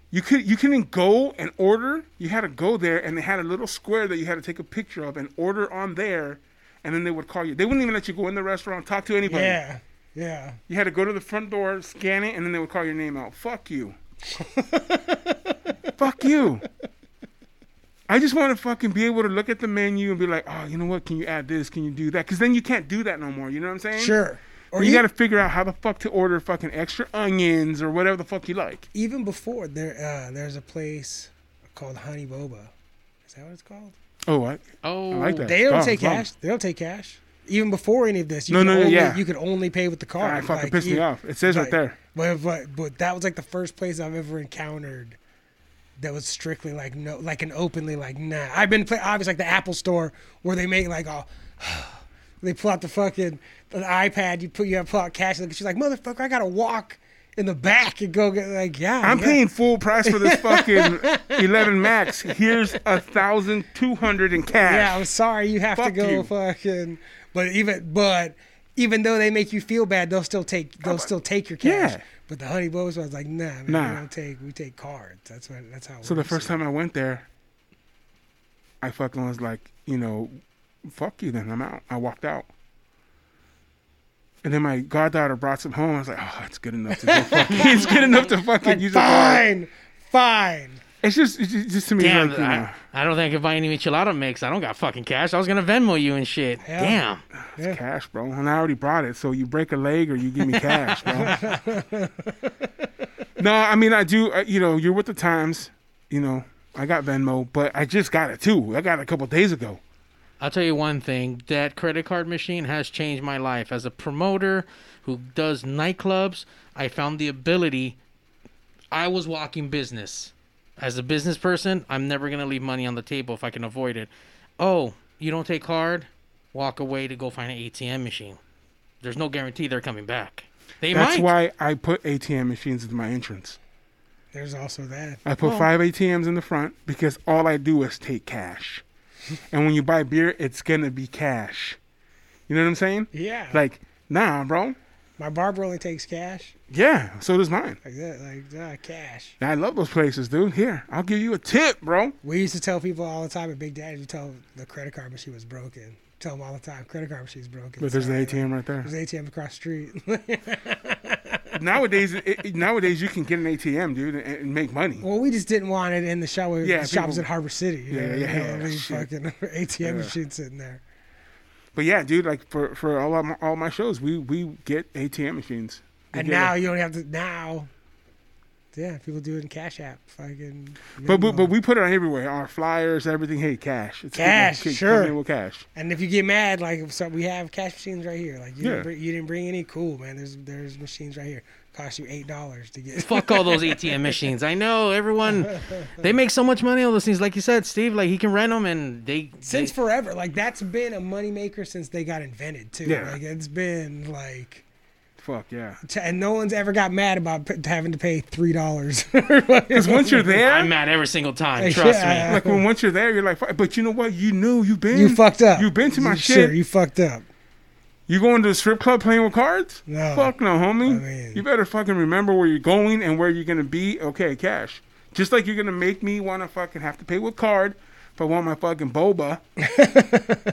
you could you couldn't go and order. You had to go there, and they had a little square that you had to take a picture of and order on there, and then they would call you. They wouldn't even let you go in the restaurant, talk to anybody.
yeah, yeah.
You had to go to the front door, scan it, and then they would call your name out. Fuck <laughs> you. Fuck you. I just want to fucking be able to look at the menu and be like, oh, you know what? Can you add this? Can you do that? Because then you can't do that no more. You know what I'm saying?
Sure. Or
Or you, got to figure out how the fuck to order fucking extra onions or whatever the fuck you like.
even before there, uh, there's a place called Honey Boba. Is that what it's called?
Oh, I,
Oh,
I like that.
They don't
Bomb,
take
bomb.
cash. They don't take cash. Even before any of this, you
No,
can
no, no,
only,
yeah.
you could only pay with the card.
Ah, it fucking pissed me
you-
off. It says right
like-
there.
But, but but that was like the first place I've ever encountered that was strictly like no, like an openly like nah. I've been play, obviously like the Apple Store where they make like all. <sighs> They pull out the fucking the iPad. You put you have pull out cash. Like she's like motherfucker, I gotta walk in the back and go get like yeah.
I'm
yeah.
paying full price for <laughs> this fucking 11 Max. Here's a thousand two hundred in cash.
Yeah, I'm sorry you have to
Fuck
go
you.
fucking. But even but even though they make you feel bad, they'll still take they'll still take your cash.
Yeah.
But the honey bows was like, nah, man,
Nah.
we don't take we take cards. That's what that's how. it
So the
works.
first time I went there, I fucking was like, you know, fuck you then. I'm out. I walked out. And then my goddaughter brought some home. I was like, oh, it's good enough
<laughs>
to go fucking, it's good enough to fucking use a card.
fine, fine.
It's just, it's just, just to me,
Damn,
like, you know,
I, I don't think I can buy any enchilada mix. I don't got fucking cash. I was gonna Venmo you and shit.
Yeah.
Damn.
Yeah.
cash, bro. And I already brought it. So you break a leg or you give me cash, bro.
<laughs>
no, I mean, I do, uh, you know, you're with the times, you know, I got Venmo, but I just got it too. I got it a couple days ago.
I'll tell you one thing that credit card machine has changed my life. As a promoter who does nightclubs, I found the ability. I was walking business. As a business person, I'm never going to leave money on the table if I can avoid it. Oh, you don't take card? Walk away to go find an ATM machine. There's no guarantee they're coming back. They
That's
might.
why <laughs> I put ATM machines at my entrance.
There's also that.
I put
Well-
five ATMs in the front because all I do is take cash. and when you buy beer, it's gonna be cash. You know what I'm saying?
Yeah,
Like, nah, bro.
my barber only takes cash.
Yeah, so does mine.
Like that, like uh, cash.
And I love those places, dude. Here, I'll give you a tip, bro.
We used to tell people all the time at Big Daddy, you tell the credit card machine was broken. Tell them all the time, credit card machine's broken.
But there's the
Sorry.
ATM right
<laughs>
there.
There's an ATM across the street.
nowadays, it, it- nowadays you can get an ATM, dude, and, and make money.
Well, we just didn't want it in the shop.
Yeah,
Yeah, the shop was
people-
in Harbor City. You
Yeah,
know,
yeah,
you know,
yeah,
we
shit.
fucking <laughs> ATM machine sitting there.
But yeah, dude, like for for all of my, all my shows, we we get ATM machines. We
And
get a-
now you don't have to. Now, yeah, people do it in Cash App. Fucking.
But, but but
Venmo.
we put it on everywhere. Our flyers, everything. Hey, cash. It's
Cash,
Come in
sure.
with cash.
and if you get mad, like so we have cash machines right here. Like you,
Yeah.
didn't, bring, you didn't bring any. Cool, man. There's there's machines right here. Cost you eight dollars to
<laughs>
get.
fuck all those ATM machines. I know everyone. They make so much money on those things. Like you said, Steve. Like he can rent them, and they
since
they-
forever. Like that's been a moneymaker since they got invented too.
Yeah.
Like it's been like.
Fuck yeah.
t- And no one's ever got mad about p- having to pay three dollars. <laughs>
Because once you're
I'm
there,
mad every single time.
Hey,
Trust
shit,
me.
I-
like when once you're there, you're like, "Fuck," but you know what? You knew you've
<laughs>
been.
You fucked up.
You've been to my
You-
shit.
Sure, you fucked up.
You going to a strip club playing with cards?
No.
Fuck no, homie.
I mean-
you better fucking remember where you're going and where you're gonna be. Okay, cash. Just like you're gonna make me wanna fucking have to pay with card if I want my
<laughs>
fucking boba.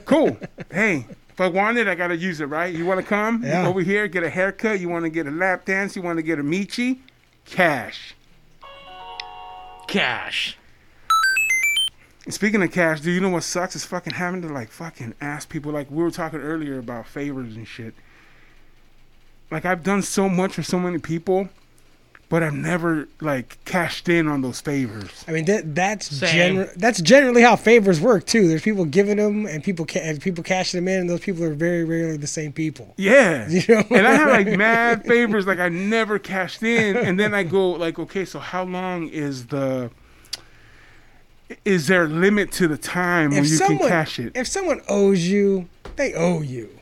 cool. Hey, if I want it, I gotta use it, right? You wanna come
Yeah.
over here, get a haircut, you wanna get a lap dance, you wanna get a michi? Cash.
Cash.
And speaking of cash, dude, you know what sucks is fucking having to like fucking ask people. Like we were talking earlier about favors and shit. Like I've done so much for so many people, but I've never like cashed in on those favors.
I mean that that's
Same.
gener- that's generally how favors work too. There's people giving them and people ca- and people cashing them in, and those people are very rarely the same people.
Yeah.
<laughs> You know?
And I had like mad favors like I never cashed in, and then I go like, okay, so how long is the is there a limit to the time when you can cash it?
if someone owes you, they owe you.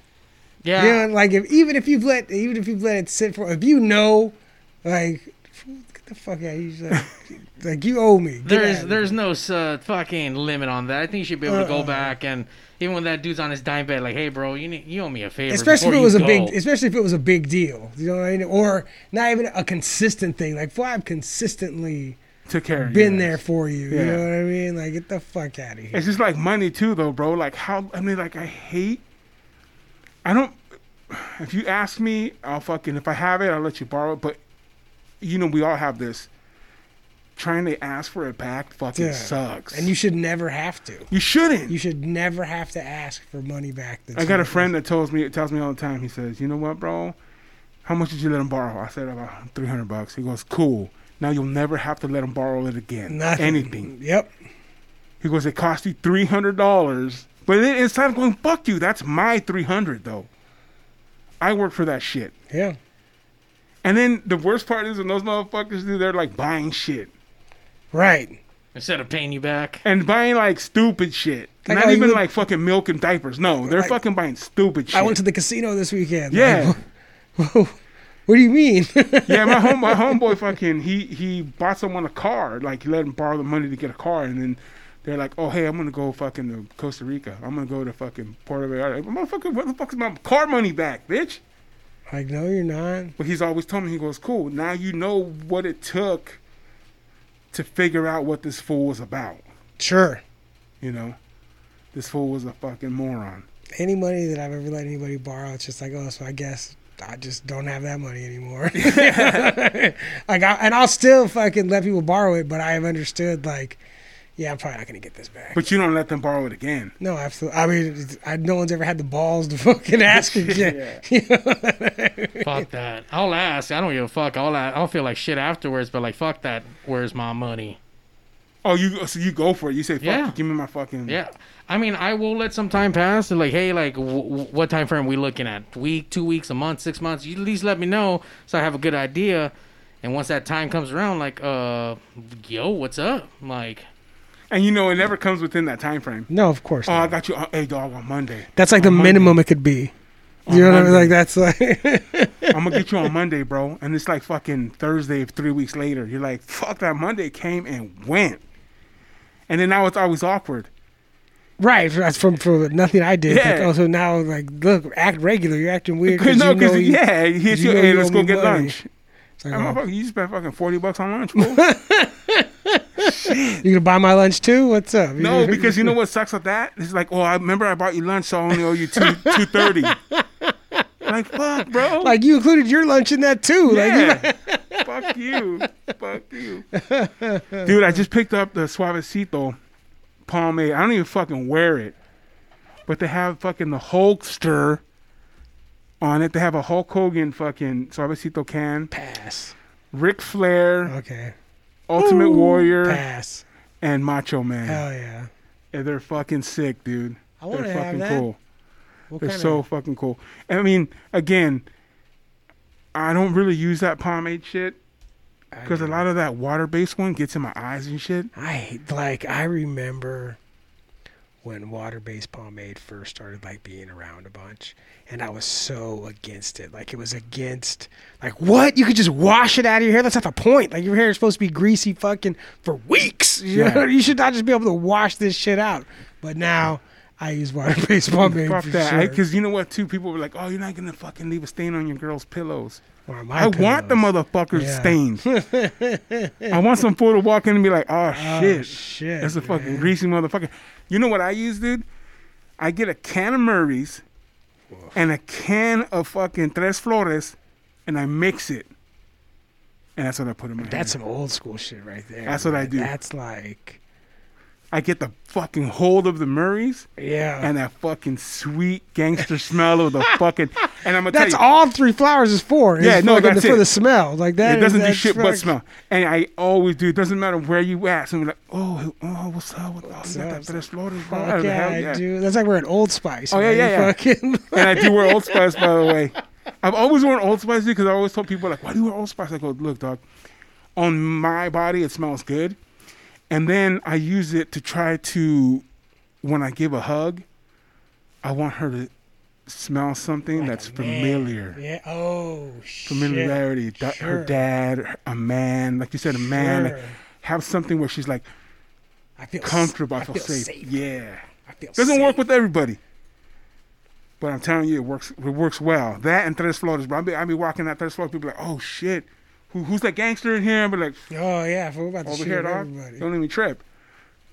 Yeah.
You know, like if even if you've let even if you've let it sit for if you know, like get the fuck out. You like, <laughs> like you owe me. Get
There's
out.
there's no uh, fucking limit on that. I think you should be able to
Uh-uh.
go back and even when that dude's on his dime bed, like, hey, bro, you need, you owe me a favor.
especially if it
before
was a
you
big
go."
especially if it was a big deal. You know what I mean? Or not even a consistent thing. Like well, I've consistently
Took care of
been
you.
there for you. You
Yeah.
know what I mean? Like get the fuck out of here.
It's just like money too, though, bro. Like how I mean, like I hate. I don't. If you ask me, I'll fucking. If I have it, I'll let you borrow it. But you know, we all have this. Trying to ask for it back fucking
Yeah.
sucks.
And you should never have to.
you shouldn't.
You should never have to ask for money back. that's
I got a
yours.
friend that tells me tells me all the time. He says, "You know what, bro? How much did you let him borrow?" I said about three hundred bucks. He goes, "Cool. Now you'll never have to let him borrow it again.
Nothing.
Anything."
Yep.
He goes, it cost you three hundred dollars. But it, instead of going, fuck you, that's my three hundred though. I work for that shit.
Yeah.
And then the worst part is when those motherfuckers do, they're like buying shit
Right.
Instead of paying
<laughs>
you back.
and buying like stupid shit.
Like,
Not
oh, you
even
would-
like fucking milk and diapers. No, they're
Like,
fucking buying stupid shit.
I went to the casino this weekend.
<laughs> yeah,
Like, whoa, what do you mean? <laughs>
yeah. My home, my homeboy, fucking he he bought someone a car. Like he let him borrow the money to get a car, and then they're like, oh hey, I'm gonna go fucking to Costa Rica. I'm gonna go to fucking Puerto Vallarta. Motherfucker, what the fuck is my car money back, bitch?
like, no, you're not.
But he's always told me, he goes, cool, now you know what it took to figure out what this fool was about.
Sure.
You know, this fool was a fucking moron.
Any money that I've ever let anybody borrow, it's just like, oh, so I guess I just don't have that money
<laughs>
anymore. <laughs> like, I, and I'll still fucking let people borrow it, but I have understood, like, yeah, I'm probably not gonna get this back.
But you don't let them borrow it again.
No, absolutely. I mean, it's- I, no one's ever had the balls to <laughs> fucking ask again. <laughs>
fuck that. I'll ask. I don't give a fuck. I'll ask. I'll feel like shit afterwards, but like fuck that. Where's my money?
Oh, you so you go for it. You say, fuck,
Yeah.
it, give me my fucking.
Yeah. I mean, I will let some time pass and like, hey, like, w- w- what time frame we looking at? Week, two weeks, a month, six months? You at least let me know so I have a good idea. And once that time comes around, like, uh, yo, what's up? Like,
And you know, it never comes within that time frame.
No, of course.
Oh,
not.
I got you. Uh, hey, dog, on Monday.
that's like the minimum it could be. You know what I mean? Like that's like <laughs>
I'm going to get you on Monday, bro. And it's like fucking Thursday, three weeks later. You're like, fuck, that Monday came and went. And then now it's
<laughs>
always awkward.
right. That's from from nothing I did. Like,
Yeah.
oh, so now like look, act regular. You're acting weird.
Cause <laughs> no,
you know
because,
you-
yeah, he hits
you
you,
know
hey,
you
let's
owe
go
me
get
money."
lunch.
It's like,
Hey,
oh,
motherfucker, you spent fucking forty bucks on lunch, bro.
you gonna buy my lunch too? What's up?
<laughs> no, because you know what sucks with that? It's like, oh, I remember I bought you lunch, so I only owe you <laughs> two two thirty. Like fuck,
<laughs>
bro.
like you included your lunch in that too. Like you,
yeah. fuck you, fuck you, dude. I just picked up the Suavecito pomade. I don't even fucking wear it, but they have fucking the Hulkster on it. They have a Hulk Hogan fucking Suavecito can,
<laughs> pass.
Ric Flair,
Okay,
Ultimate Warrior,
pass.
and Macho Man.
Hell yeah.
And they're fucking sick, dude.
I
They're
wanna
fucking
have that.
cool.
What
They're
kind
so
of-
fucking cool. I mean, again, I don't really use that pomade shit because a lot of that water-based one gets in my eyes and shit.
I like I remember when water-based pomade first started like being around a bunch and I was so against it. Like it was against like what? You could just wash it out of your hair. That's not the point. Like your hair is supposed to be greasy fucking for weeks. <laughs> You,
Yeah.
know? you should not just be able to wash this shit out. But now I use water <laughs> based pomade.
Fuck
for
that.
sure.
Because you know what, too? People were like, oh, you're not going to fucking leave a stain on your girl's pillows.
Or my
I, want the
pillows.
motherfuckers
Yeah. <laughs>
stained. I want some fool to walk in and be like, oh, shit.
shit,
That's a fucking
man.
greasy motherfucker. You know what I use, dude? I get a can of Murray's and a can of fucking Tres Flores and I mix it. And that's what I put in my
That's some
hair.
old school shit right there.
That's what I do.
That's like,
I get the fucking hold of the Murray's
yeah.
and that fucking sweet gangster
<laughs>
smell of the fucking. And I'm going to tell you.
that's all three flowers is for. is
Yeah, no,
fucking
that's
for
it.
the smell. Like that.
It doesn't do
that's
shit
fuck-
but smell. And I always do. It doesn't matter where you at. So I'm like, oh, oh, what's up? What, what's
up?
up? That British Lord is
Fuck
wrong. Whatever the
yeah,
hell, yeah.
dude. That's like we're an Old Spice.
Oh, yeah,
man.
yeah, yeah.
Fucking, <laughs>
<laughs> And I do wear Old Spice, by the way. I've always worn Old Spice because I always told people like, why do you wear Old Spice? I go, look, dog. On my body, it smells good, and then I use it to try to, when I give a hug, I want her to smell something that's familiar.
yeah. Oh shit.
familiarity. da-
Sure.
Her dad, a man, like you said, a man.
Sure.
Have something where she's like
I feel s-
comfortable. I
I
feel,
feel
safe.
safe.
Yeah,
I feel
doesn't
safe.
work with everybody, but I'm telling you, it works. It works well. That and Tres Flores, bro. I be, I be walking out Tres Flores, people like, oh shit, who, who's that gangster in here? I be like,
Oh yeah, we're about to
over
shoot
here, dog.
everybody.
Don't even trip.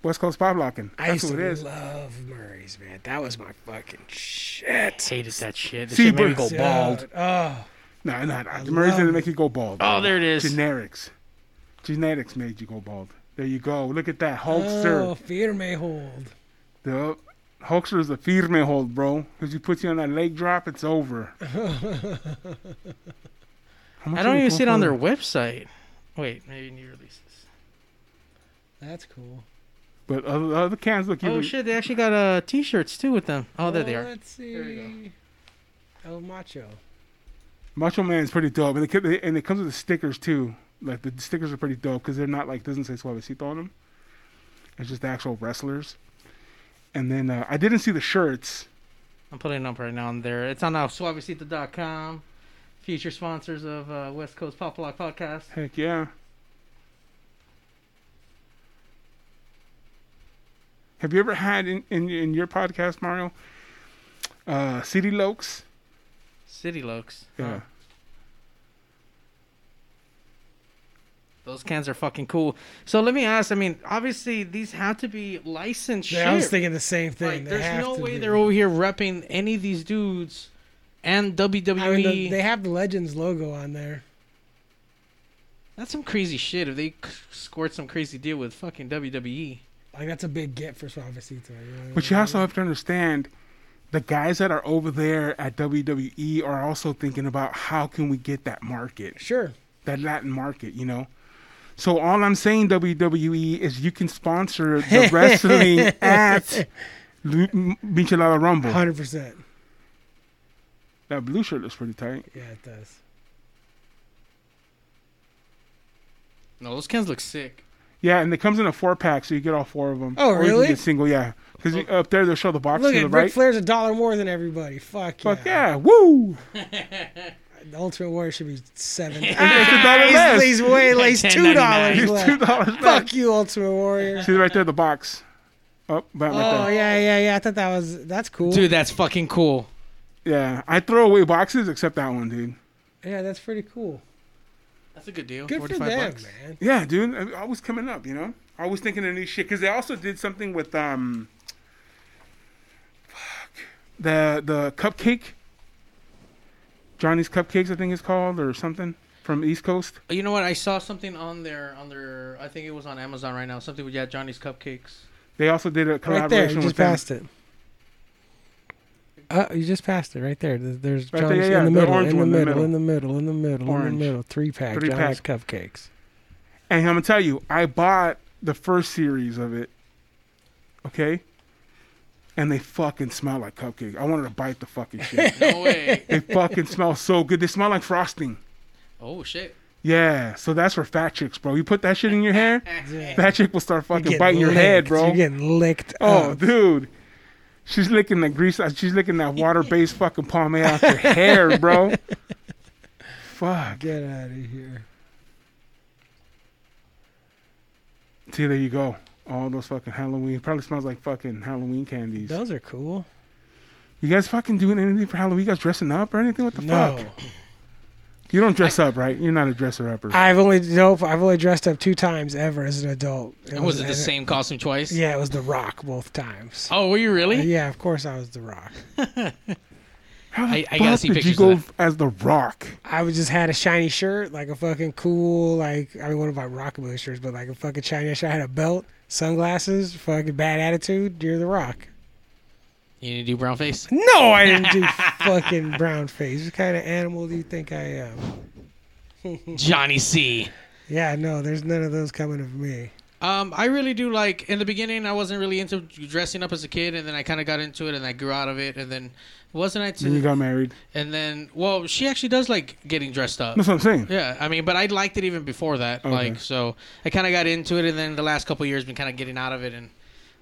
West Coast pop locking.
I
That's
used
what
to
it is.
love Murray's, man. That was my fucking shit.
Hated that shit. That
See,
shit made me
but-
go bald.
Dude, Oh,
No, no, no. The Murray's didn't
love-
make you go bald.
Oh, there it is.
Generics. Genetics made you go bald. There you go. Look at that Hulkster.
oh, fear may hold.
The Hulkster is a firme hold, bro. Because you put you on that leg drop, it's over.
I don't even see it on their website. Wait, maybe new releases.
That's cool.
But other, other cans look
Oh
even.
shit, they actually got uh t-shirts too with them. Oh, there they
Oh,
are.
Let's see. El Macho.
Macho Man is pretty dope, and it, could- and it comes with the stickers too. Like the stickers are pretty dope because they're not like doesn't say Suavecito on them. It's just the actual wrestlers. And then uh, I didn't see the shirts.
I'm putting it up right now on there. It's on uh, suavecito.com. Future sponsors of uh, West Coast Pop Lock Podcast.
Heck yeah. Have you ever had in, in, in your podcast, Mario, uh, City Lokes?
City Lokes.
Yeah.
Huh. Those cans are fucking cool. So let me ask. I mean, obviously these have to be licensed.
Yeah, I was
shit.
thinking the same thing.
Like,
They
there's
have
no
to
way
be.
they're over here repping any of these dudes and E. WWE.
I mean, the, they have the Legends logo on there.
That's some crazy shit. If they c- scored some crazy deal with fucking E. WWE.
Like that's a big get for Suavecito. You know what I
But you
mean?
also have to understand the guys that are over there at WWE are also thinking about how can we get that market,
sure.
that Latin market, you know? So all I'm saying, WWE, is you can sponsor <laughs> the wrestling at Lu- M- Michelada Rumble.
Hundred percent.
That blue shirt looks pretty tight.
Yeah, it does.
No, those cans look sick.
Yeah, and it comes in a four pack, so you get all four of them.
Oh,
Or you can
really?
get single, yeah. Because up there they'll show the box
Look
to
at
the
Ric
right.
Flair's a dollar more than everybody. Fuck yeah.
Fuck yeah, woo!
The Ultimate Warrior should be seven.
it's a dollar
he's,
less.
he's way at least two dollars
$10.99.
It's two
left.
dollars.
Fuck you, Ultimate Warrior.
See right there, the box. Oh, bam, right
Oh
there.
yeah, yeah, yeah. I thought that was that's cool.
Dude, that's fucking cool.
Yeah, I throw away boxes except that one, dude.
Yeah, that's pretty cool.
That's a good deal.
Good for them, man.
Yeah, dude, I, I was coming up, you know. I was thinking of new shit because they also did something with um, fuck, the the cupcake, Johnny's Cupcakes, I think it's called, or something from East Coast.
You know what? I saw something on their on their. I think it was on Amazon right now. Something with yeah, Johnny's Cupcakes.
They also did a
Right there,
collaboration
you just
with them.
passed it. Uh, you just passed it right there. There- There's
Right there,
Johnny's
yeah, yeah,
in the
the
middle,
orange
in the
one, the
middle, in the middle, in the middle, in
Orange.
the middle. Three pack
Three
Johnny's cupcakes.
And I'm gonna tell you, I bought the first series of it. Okay. And they fucking smell like cupcake. I wanted to bite the fucking
<laughs>
shit.
<laughs>
No way.
they fucking smell so good. They smell like frosting.
oh shit.
Yeah. So that's for fat chicks, bro. You put that shit in your hair, fat chick will start fucking
Getting
biting your head,
licked.
bro.
You're getting licked.
Uh,
oh,
up.
dude. She's licking the grease. uh, She's licking that water-based fucking pomade out
<laughs>
your hair, bro. Fuck.
get out of here.
See, there you go. All those fucking Halloween. Probably smells like fucking Halloween candies.
Those are cool.
You guys fucking doing anything for Halloween? You guys dressing up or anything? What the
No,
fuck? You don't dress up, right? You're not a dresser upper.
I've only nope. I've only dressed up two times ever as an adult. It
Was it the
and
same costume twice?
Yeah, it was The Rock both times.
Oh, were you really?
Yeah, of course I was The Rock.
How the
I- I gotta
fuck did
see
you
pictures of
go
that.
f- as the Rock?
I was just had a shiny shirt, like a fucking cool, like I mean, one of my rockabilly shirts, but like a fucking shiny shirt. I had a belt, sunglasses, fucking bad attitude. You're the Rock.
You need to do brown face.
No, I didn't do fucking brown face. What kind of animal do you think I am?
Johnny C.
Yeah, no, there's none of those coming of me.
Um, I really do like in the beginning. I wasn't really into dressing up as a kid, and then I kind of got into it, and I grew out of it. And then wasn't I?
Then you
To,
got married.
and then, well, she actually does like getting dressed up.
That's what I'm saying.
Yeah, I mean, but I liked it even before that.
Okay.
Like, so I kind of got into it, and then the last couple of years been kind of getting out of it, and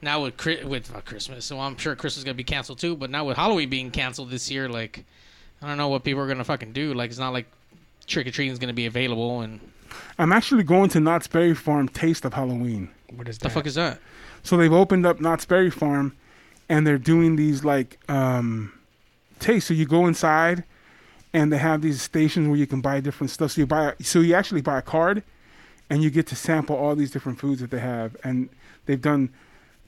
now with Chri- with uh, Christmas, so I'm sure Christmas is gonna be canceled too. But now with Halloween being canceled this year, like, I don't know what people are gonna fucking do. Like, it's not like trick or treating is gonna be available, and
I'm actually going to Knott's Berry Farm Taste of Halloween.
What is
the fuck is that?
So they've opened up Knott's Berry Farm, and they're doing these like um, tastes. So you go inside, and they have these stations where you can buy different stuff. So you buy, so you actually buy a card, and you get to sample all these different foods that they have. And they've done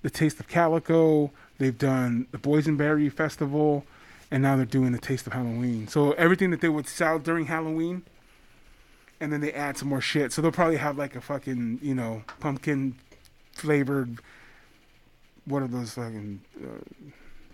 the Taste of Calico. They've done the Boysenberry Festival, and now they're doing the Taste of Halloween. So everything that they would sell during Halloween. And then they add some more shit, so they'll probably have like a fucking you know pumpkin flavored what are those fucking uh,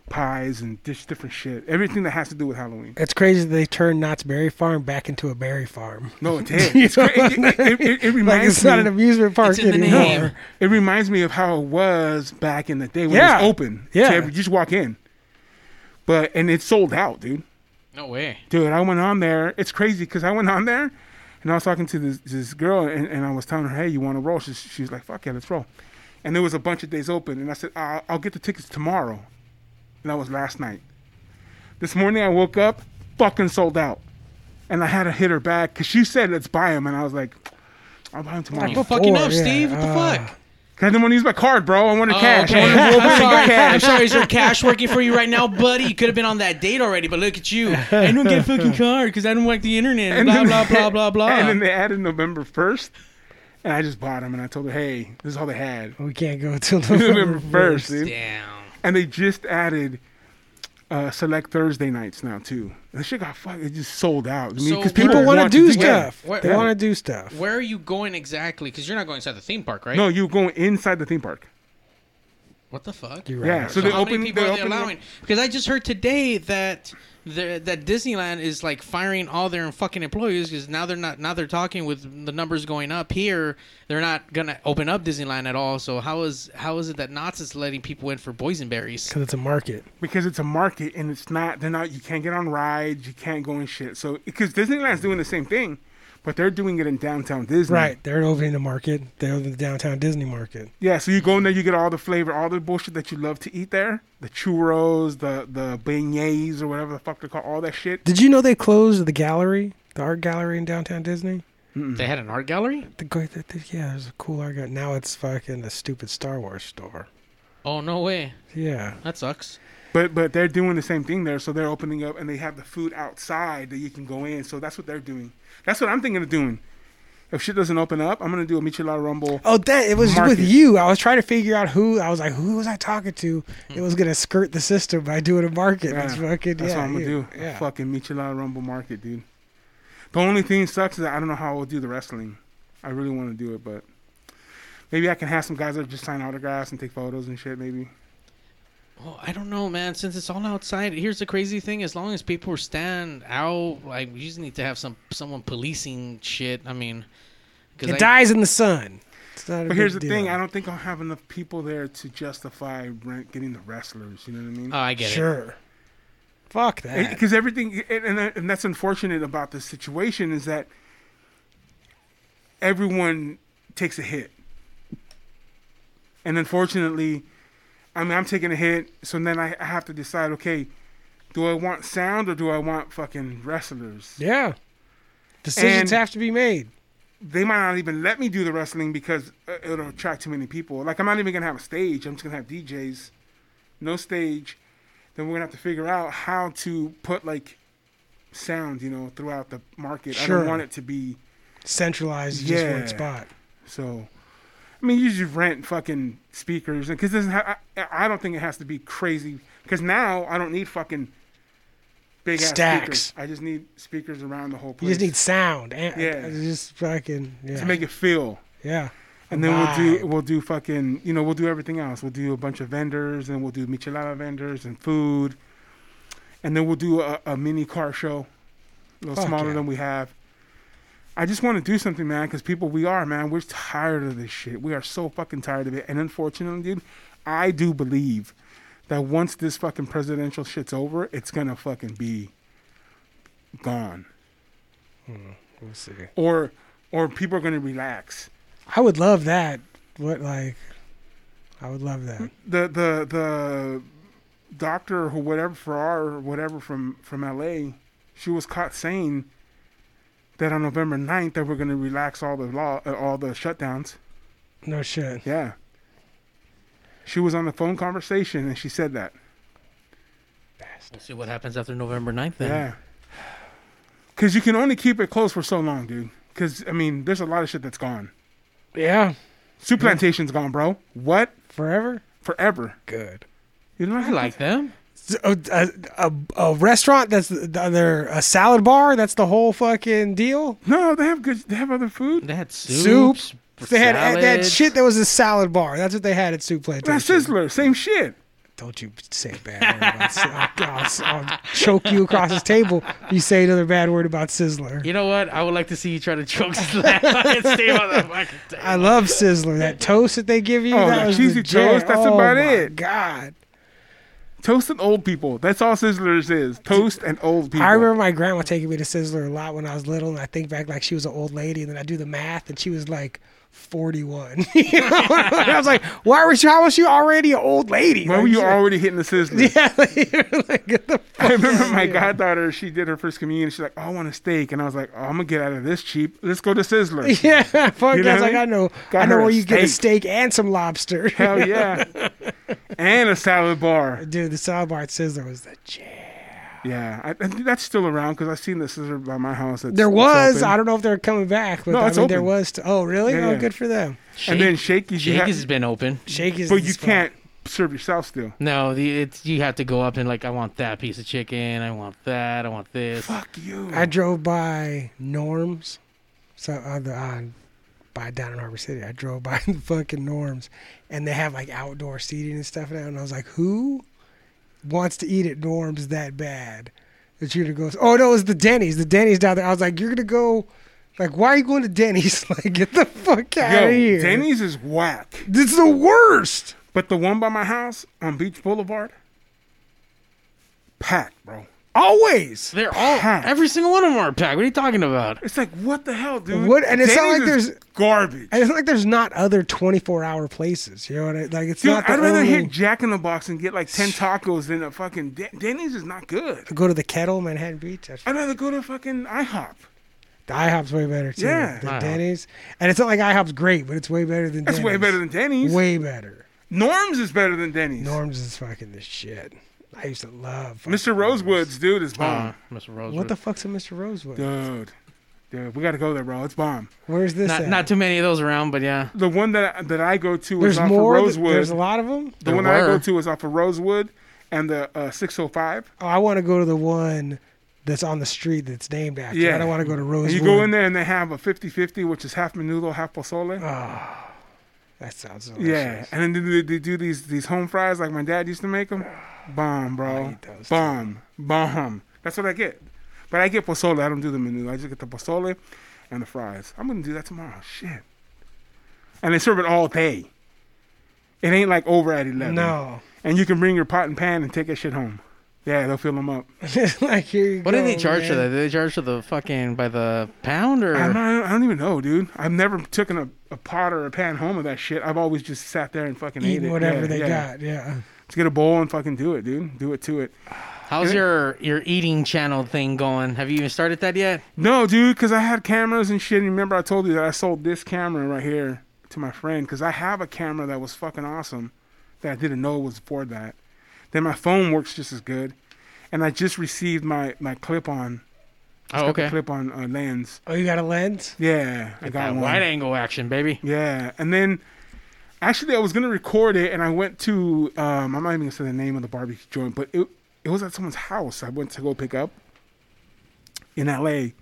pies and dish different shit. Everything that has to do with Halloween.
It's crazy that they turned Knott's Berry Farm back into a berry farm. <laughs>
No, it did. It's cra- it, it, it, it, it
Like
reminds
it's not an
me.
amusement park
It's in the
anymore.
name.
It reminds me of how it was back in the day when
Yeah.
it was open.
Yeah.
To every- you just walk in. But and it sold out, dude.
No way.
Dude, I went on there. It's crazy because I went on there and I was talking to this, this girl and, and I was telling her, hey, you want to roll? She, she was like, fuck yeah, let's roll. And there was a bunch of days open. And I said, I'll, I'll get the tickets tomorrow. And that was last night. This morning I woke up, fucking sold out. And I had to hit her back because she said, let's buy them. And I was like, I'll buy them tomorrow.
You
Before,
fucking up,
yeah,
Steve. What the
uh,
fuck?
'Cause I didn't want to use my card, bro. I wanted
Oh,
cash. I
okay.
wanted
<laughs>
to roll
I'm
back
sorry. I'm
cash.
sorry. Is there cash working for you right now, buddy? You could have been on that date already, but look at you. I don't get a fucking card because I don't work the
<laughs>
internet.
And
blah,
then-
blah, blah, blah, blah,
<laughs> And then they added November 1st. And I just bought them and I told her, hey, this is all they had.
We can't go till
<laughs> November
November
1st,
first.
dude.
Damn.
And they just added uh, select Thursday nights now, too. And the shit got fucked. It just sold out. I mean,
So
because
People
Where-
want to do
it.
stuff.
Where-
They
where-
want to do stuff.
Where are you going exactly? Because you're not going inside the theme park, right?
No, you're going inside the theme park.
What the fuck?
You're
Yeah,
right.
so they
how
open.
many people
they
are they
open-
allowing? Because I just heard today that the, that Disneyland is like firing all their fucking employees because now they're not now they're talking with the numbers going up here. They're not gonna open up Disneyland at all. So how is how is it that Knott's is letting people in for boysenberries?
Because it's a market.
because it's a market and it's not they're not you can't get on rides you can't go and shit so because disneyland's doing the same thing but they're doing it in downtown disney
Right. They're opening the market. They're the downtown Disney market.
yeah so you go in there you get all the flavor all the bullshit that you love to eat there the churros the the beignets or whatever the fuck they call all that shit
Did you know they closed the gallery, the art gallery in downtown Disney?
They had an art gallery.
The, go- the, the, yeah, there's a cool art gallery. Now it's fucking a stupid Star Wars store.
Oh no way!
Yeah.
That sucks.
but but they're doing the same thing there so they're opening up and they have the food outside that you can go in so that's what they're doing that's what i'm thinking of doing if shit doesn't open up i'm gonna do a michelada rumble
Oh, that it was
Market.
with you. I was trying to figure out who I was like, who was I talking to? It was gonna skirt the system by doing a market.
Hmm. Yeah,
It's fucking
That's
yeah,
what I'm gonna
you-
do.
Yeah.
Fucking Michelada Rumble Market, dude. The only thing sucks is that I don't know how I'll do the wrestling. I really want to do it, but maybe I can have some guys that just sign autographs and take photos and shit. Maybe.
Well, I don't know, man. Since it's all outside, here's the crazy thing: as long as people stand out, like we just need to have some someone policing shit. I mean,
It
because
dies in the sun. It's not a
But here's the
big deal.
thing: I don't think I'll have enough people there to justify rent getting the wrestlers. You know what I mean?
Oh, I get it.
Sure. Fuck that.
because everything and, and and that's unfortunate about this situation is that everyone takes a hit and unfortunately i mean i'm taking a hit so then i, I have to decide okay do i want sound or do i want fucking wrestlers
yeah. Decisions
And-
have to be made.
they might not even let me do the wrestling because uh, it'll attract too many people. Like I'm not even gonna have a stage. I'm just gonna have DJs, no stage. Then we're gonna have to figure out how to put like sound, you know, throughout the market. I
Sure.
don't want it to be
Centralized in just one
Yeah.
spot.
so. I mean, you just rent fucking speakers because doesn't. Ha- I, I don't think it has to be crazy because now I don't need fucking big ass
Stacks.
speakers. I just need speakers around the whole
You
place
just need sound. And, uh,
Yeah.
Just fucking yeah.
to make it feel.
yeah.
And then we'll do
Vibe.
we'll do fucking you know we'll do everything else. We'll do a bunch of vendors and we'll do michelada vendors and food, and then we'll do a, a mini car show, a little
Fuck
smaller
yeah.
than we have. I just want to do something, man, because people we are, man, we're tired of this shit. We are so fucking tired of it. And unfortunately, dude, I do believe that once this fucking presidential shit's over, it's gonna fucking be gone,
We'll see.
or or people are gonna relax.
I would love that. What like I would love that.
the the the doctor who whatever Farrar or whatever from from L.A. She was caught saying that on November 9th that we're going to relax all the law uh, all the shutdowns.
No shit.
Yeah. She was on the phone conversation and she said that.
We'll see what happens after November 9th then.
Yeah. Cuz you can only keep it closed for so long, dude. Cuz I mean, there's a lot of shit that's gone.
Yeah.
Soup plantation's gone, bro. What?
Forever?
Forever.
Good.
You know
I like them.
So, A, uh, a, a, a restaurant that's the, the other a salad bar that's the whole fucking deal.
No, they have good they have other food.
They had
Soup.
soups.
They had that
salads.
shit that was a salad bar. That's what they had at Soup Plantation.
That Sizzler, same shit.
Don't you say a bad word about Sizzler. I'll, I'll, I'll choke you across this table. if You say another bad word about Sizzler.
You know what? I would like to see you try to choke his <laughs> last fucking Steve on that fucking table.
I love Sizzler. That toast that they give you.
Oh,
that
the
was
cheesy
the jam.
toast, that's
Oh,
about
my
it.
God.
Toasting old people. That's all Sizzlers is. Toast and old people.
I remember my grandma taking me to Sizzler a lot when I was little, and I think back like she was an old lady, and then I do the math, and she was like 41. <laughs> You know? I was like, why was you, how was you already an old lady?
Why
Like,
were you
she-
already hitting the
<laughs>
Sizzler?
Yeah, like, you're like, get the fuck
I remember my
Yeah.
goddaughter, she did her first communion. She's like, oh, I want a steak. And I was like, oh, I'm going to get out of this cheap. Let's go to Sizzler.
<laughs> Yeah, fuck.
<laughs>
that's
You know what I
like
mean?
I know.
Got
I know
her a
where you get a
steak.
steak and some lobster.
Hell yeah. and a salad
<laughs>
bar.
Dude, the salad bar at Sizzler was the jam.
Yeah. I, I think that's still around because I've seen the Sizzler by my house. It's-
There
it's
was.
open.
I don't know if they're coming back, but
No,
I
it's
mean there
open.
was. t- oh, really?
Yeah,
oh,
yeah.
good for them.
And then Shakey's. You
Shakey's has
have,
been open.
Shake is.
but
the
you
spot.
can't serve yourself still.
No, the it's you have to go up and like I want that piece of chicken, I want that, I want this.
Fuck you.
I drove by Norms, so on the on by down in Harbor City. I drove by <laughs> the fucking Norms, and they have like outdoor seating and stuff now. And I was like, who wants to eat at Norms that bad that you're gonna go? Oh no, it was the Denny's. The Denny's down there. I was like, you're gonna go. Like, why are you going to Denny's? <laughs> Like, get the fuck out
Yo,
of here.
Denny's is whack.
This is the worst.
But the one by my house on Beach Boulevard, packed, bro.
Always.
They're all
Packed.
every single one of them are packed. What are you talking about?
It's like what the hell, dude?
What- and it's not like
is
there's-
garbage.
And it's not like there's not other 24 hour places. You know what I Like, it's
Dude,
not the
I'd rather
only...
hit Jack in the Box and get like ten tacos than a fucking Den- Denny's is not good.
Go to the Kettle, Manhattan Beach. That's
I'd rather go to fucking IHOP.
The IHOP's way better too
Yeah.
than
IHOP.
Denny's, and it's not like IHOP's great, but it's way better than.
That's
Denny's.
way better than Denny's.
Way better.
Norms is better than Denny's.
Norm's is fucking the shit. I used to love fucking
Mr. Rosewood's dude is
Uh,
bomb.
Mr. Rosewood.
What the fuck's a Mr. Rosewood?
Dude, dude, we gotta go there, bro. It's bomb.
Where's this?
not
at?
not too many of those around, but yeah.
The one that I, that I go to
There's
is off
more.
of
th-
Rosewood.
There's a lot of them.
the
There
one that I
were.
go to is off of Rosewood and the uh, 605.
Oh, I want to go to the one that's on the street that's named after.
Yeah.
I don't want to go to
And
Rosewood. Oh,
you go in there and they have a 50-50, which is half menudo, half pozole.
That sounds
Yeah,
delicious. Yeah.
and then they, they do these these home fries like my dad used to make them. Bomb,
I
bro.
eat those, too.
Bomb, bomb. That's what I get. But I get pozole. I don't do the menu. I just get the pozole and the fries. I'm gonna do that tomorrow. Shit. And they serve it all day. It ain't like over at eleven.
No. <laughs>
And you can bring your pot and pan and take that shit home. Yeah, they'll fill them up.
like here you
What
go.
did they charge for
man.
that? Did they charge for the fucking by the pound or
I'm not, I don't even know, dude. I've never taken a, a pot or a pan home of that shit. I've always just sat there and fucking ate
Eating
it.
whatever
Yeah,
they
yeah.
got. Yeah.
Just get a bowl and fucking do it, dude. Do it to it.
How's your your eating channel thing going? Have you even started that yet?
No, dude, because I had cameras and shit. And remember, I told you that I sold this camera right here to my friend because I have a camera that was fucking awesome that I didn't know was for that. Then my phone works just as good, and I just received my my clip on.
Oh, okay.
Clip on uh, lens.
Oh, you got a lens?
Yeah, I got
That
one.
wide angle action, baby.
Yeah, and then actually, I was gonna record it, and I went to um, I'm not even gonna say the name of the barbecue joint, but it it was at someone's house. I went to go pick up in L.A.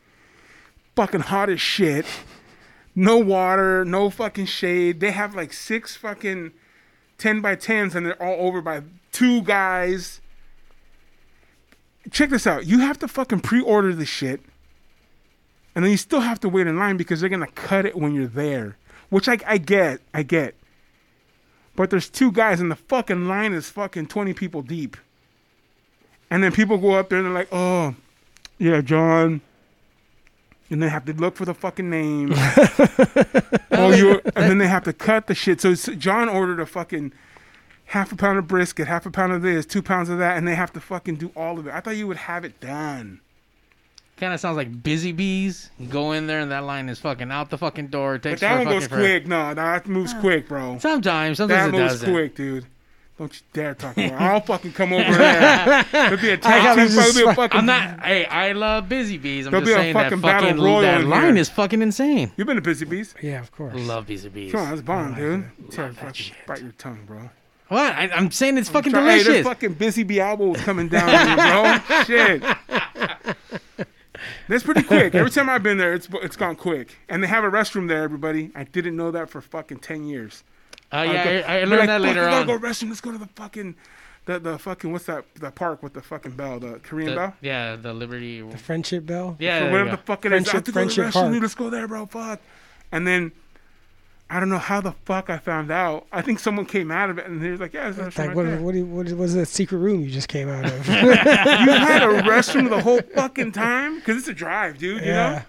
Fucking hot as shit. No water, no fucking shade. They have like six fucking ten by tens, and they're all over by two guys. Check this out. You have to fucking pre-order the shit and then you still have to wait in line because they're gonna cut it when you're there, which I, I get, I get. But there's two guys and the fucking line is fucking 20 people deep. And then people go up there and they're like, oh, yeah, John. And they have to look for the fucking name. oh, you and then they have to cut the shit. So it's- John ordered a fucking half a pound of brisket, half a pound of this, two pounds of that, and they have to fucking do all of it. I thought you would have it done.
Kind of sounds like busy bees. You go in there and that line is fucking out the fucking door. It
But
takes
that
for
one
fucking
goes
forever.
quick. No, no, that moves quick, bro.
Sometimes, sometimes
That
it
moves
doesn't.
quick, dude. Don't you dare talk about it. I'll fucking come over
<laughs>
there. There'll be a tag
gotta
team.
just
There'll be a
fuck-
fucking.
I'm not. Hey, I love busy bees. I'm
There'll
just
be a
saying that
fucking battle
fucking
royal
that
in
line
here.
is fucking insane.
You've been to Busy Bees.
Yeah, of course.
Love busy bees.
Come on, that's bomb, dude. Tell you,
Oh that
fucking
shit.
Bite your tongue, bro.
What? I, I'm saying it's fucking
Try- Hey, this
delicious.
fucking Busy Bee album was coming down, on you,
<laughs>
bro. Shit. That's pretty quick. Every time I've been there, it's it's gone quick. And they have a restroom there, everybody. I didn't know that for fucking ten years.
Oh
I'll
yeah,
go-
I, I
I'll be
learned
like,
that
"Fuck,
later
we gotta Go
on.
restroom. Let's go to the fucking, the the fucking what's that? The park with the fucking bell, the Korean
The-
bell.
yeah, the Liberty.
Friendship bell?
Yeah,
Or
there you
whatever
go.
the fuck it is. I
Friendship-
have to go to the
friendship
restroom.
park.
Dude, Let's go there, bro. Fuck. And then, I don't know how the fuck I found out. I think someone came out of it and they was like, "Yeah, it's a restroom
Like
right
what?
there."
What, do you- what was that secret room you just came out <laughs> of?
You had a restroom the whole fucking time because it's a drive, dude. You know.
yeah,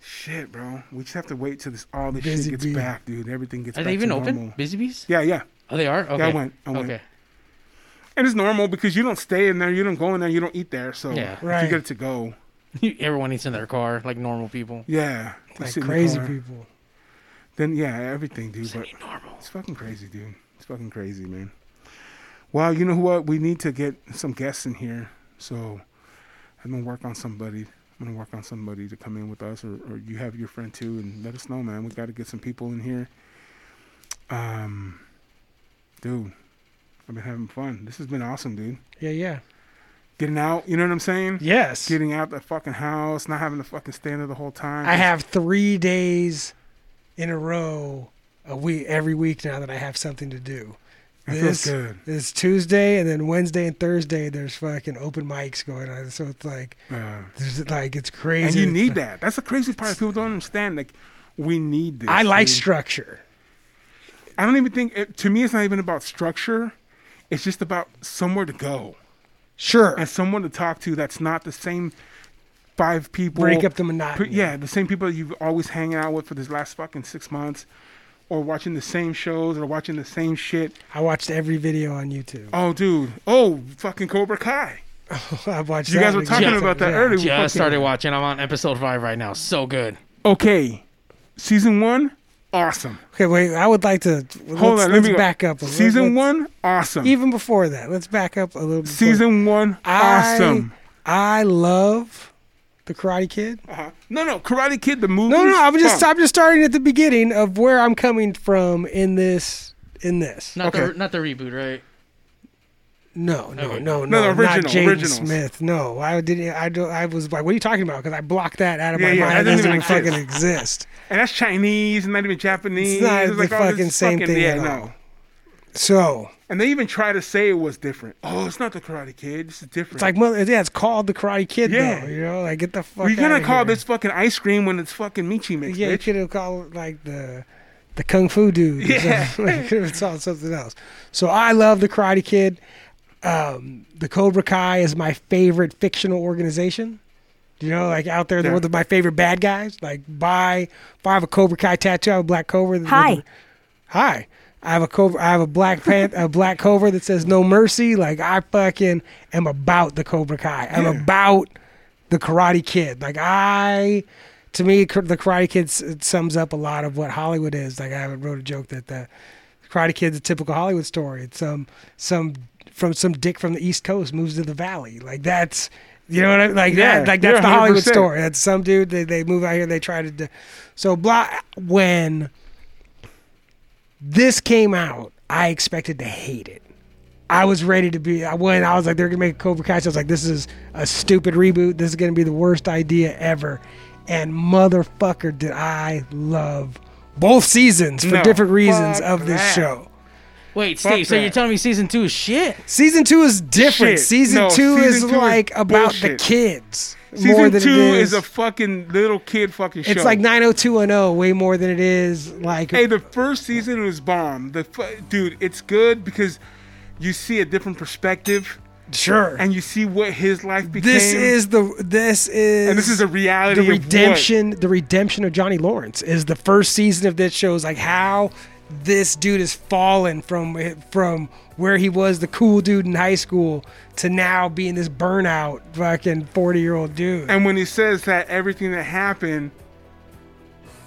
Shit, bro. We just have to wait till this all this
Busy
shit gets
bee.
back, dude. Everything gets.
Are
back
they
to
even open?
normal.
Busy bees?
Yeah, yeah.
Oh, they are. Okay.
I went. I went.
Okay.
And it's normal because you don't stay in there, you don't go in there, you don't eat there. So
Yeah.
if
Right.
you get it to go.
Everyone eats in their car like normal people.
Yeah. you
like
sit in the
crazy
car.
people.
Then yeah, everything, dude. But
Normal.
it's fucking crazy, dude. It's fucking crazy, man. Wow, you know what? We need to get some guests in here. So I'm gonna work on somebody. I'm gonna work on somebody to come in with us, or, or you have your friend too, and let us know, man. We got to get some people in here. Um, dude, I've been having fun. This has been awesome, dude.
Yeah, yeah.
Getting out, you know what I'm saying?
Yes.
Getting out the fucking house, not having to fucking stand there the whole time.
I have three days in a row a week every week now that I have something to do.
That feels
this
good.
is Tuesday and then Wednesday and Thursday there's fucking open mics going on. So it's like
Yeah.
there's like it's
and
crazy.
you need that. That's the crazy part. People don't understand. Like, we need this.
I like
dude.
structure.
I don't even think. It, to me, it's not even about structure. It's just about somewhere to go
Sure.
and someone to talk to. That's not the same five people.
Break up the
Pre-
monotony.
yeah, the same people you've always hanging out with for this last fucking six months, or watching the same shows, or watching the same shit.
I watched every video on YouTube. <laughs>
Oh, dude. Oh, fucking Cobra Kai.
I've watched
You
that
guys were
and-
talking about that
yeah.
earlier. We fucking-
Just started watching. I'm on episode five right now. So good.
Okay, season one, awesome.
Okay, wait. I would like to let's,
Hold on, let
let's
me go.
back up. a little-
Season
let's-
one, awesome.
even before that. Let's back up a little. Before.
Season one,
I-
awesome.
I love the Karate Kid.
Uh-huh. No, no, Karate Kid the movie.
No, no, I'm just
Fuck.
I'm just starting at the beginning of where I'm coming from in this in this. No,
Not the
Okay.
not the reboot, right?
no, no,
Okay.
no,
No, the
not
original,
Jaden
originals.
Smith. No, I didn't. I do, I was like, what are you talking about? Because I blocked that out of
Yeah,
my
yeah,
mind.
that
It doesn't
doesn't
even
even
fucking exist.
And that's Chinese, not even Japanese.
It's not the
all this
fucking same thing
Yeah,
at all.
no.
So
And they even try to say it was different. Oh, it's not the Karate Kid. This is different.
it's like, mother, yeah, it's called the Karate Kid.
Yeah.
though, you know, like get the fuck.
we're gonna
outta
call
here.
this fucking ice cream when it's fucking Michi mix,
Yeah, you
bitch.
could have called it like the the Kung Fu dude.
Yeah.
Yeah, could have called it something else. So I love the Karate Kid. Um, the Cobra Kai is my favorite fictional organization. You know, like out there, they're
Yeah.
one of my favorite bad guys. Like, buy, if I have a Cobra Kai tattoo, I have a black Cobra.
Hi.
Hi. I have a cover. I have a black pant, a black cover that says "No Mercy." Like I fucking am about the Cobra Kai. I'm about the Karate Kid. Like I, to me, Kar- the Karate Kid s- it sums up a lot of what Hollywood is. Like I wrote a joke that the Karate Kid's a typical Hollywood story. It's some some from some dick from the East Coast moves to the Valley. Like that's. You know what I mean? Like
Yeah,
that. Like that's
yeah,
the Hollywood
100%.
story. That's some dude. They, they move out here. and They try to. do- So blah. When this came out, I expected to hate it. I was ready to be. I went. I was like, they're gonna make a Cobra Kai. So I was like, this is a stupid reboot. This is gonna be the worst idea ever. And motherfucker, did I love both seasons for
No.
different reasons
Fuck
of this
that.
show.
Wait, Steve. So
that.
you're telling me season two is shit?
Season two is different.
Shit.
Season
No,
two
season
is
two is
like about the
bullshit.
kids
Season
more than
two
it
is.
is.
a fucking little kid fucking show.
it's like 90210 way more than it is like
Hey, the first season was bomb. The fu- dude, it's good because you see a different perspective
sure.
and you see what his life became.
this is the this is
and this is a reality
the
of what-
redemption the redemption of johnny lawrence is the first season of this show is like how this dude has fallen from from where he was the cool dude in high school to now being this burnout fucking 40 year old dude
And when he says that everything that happened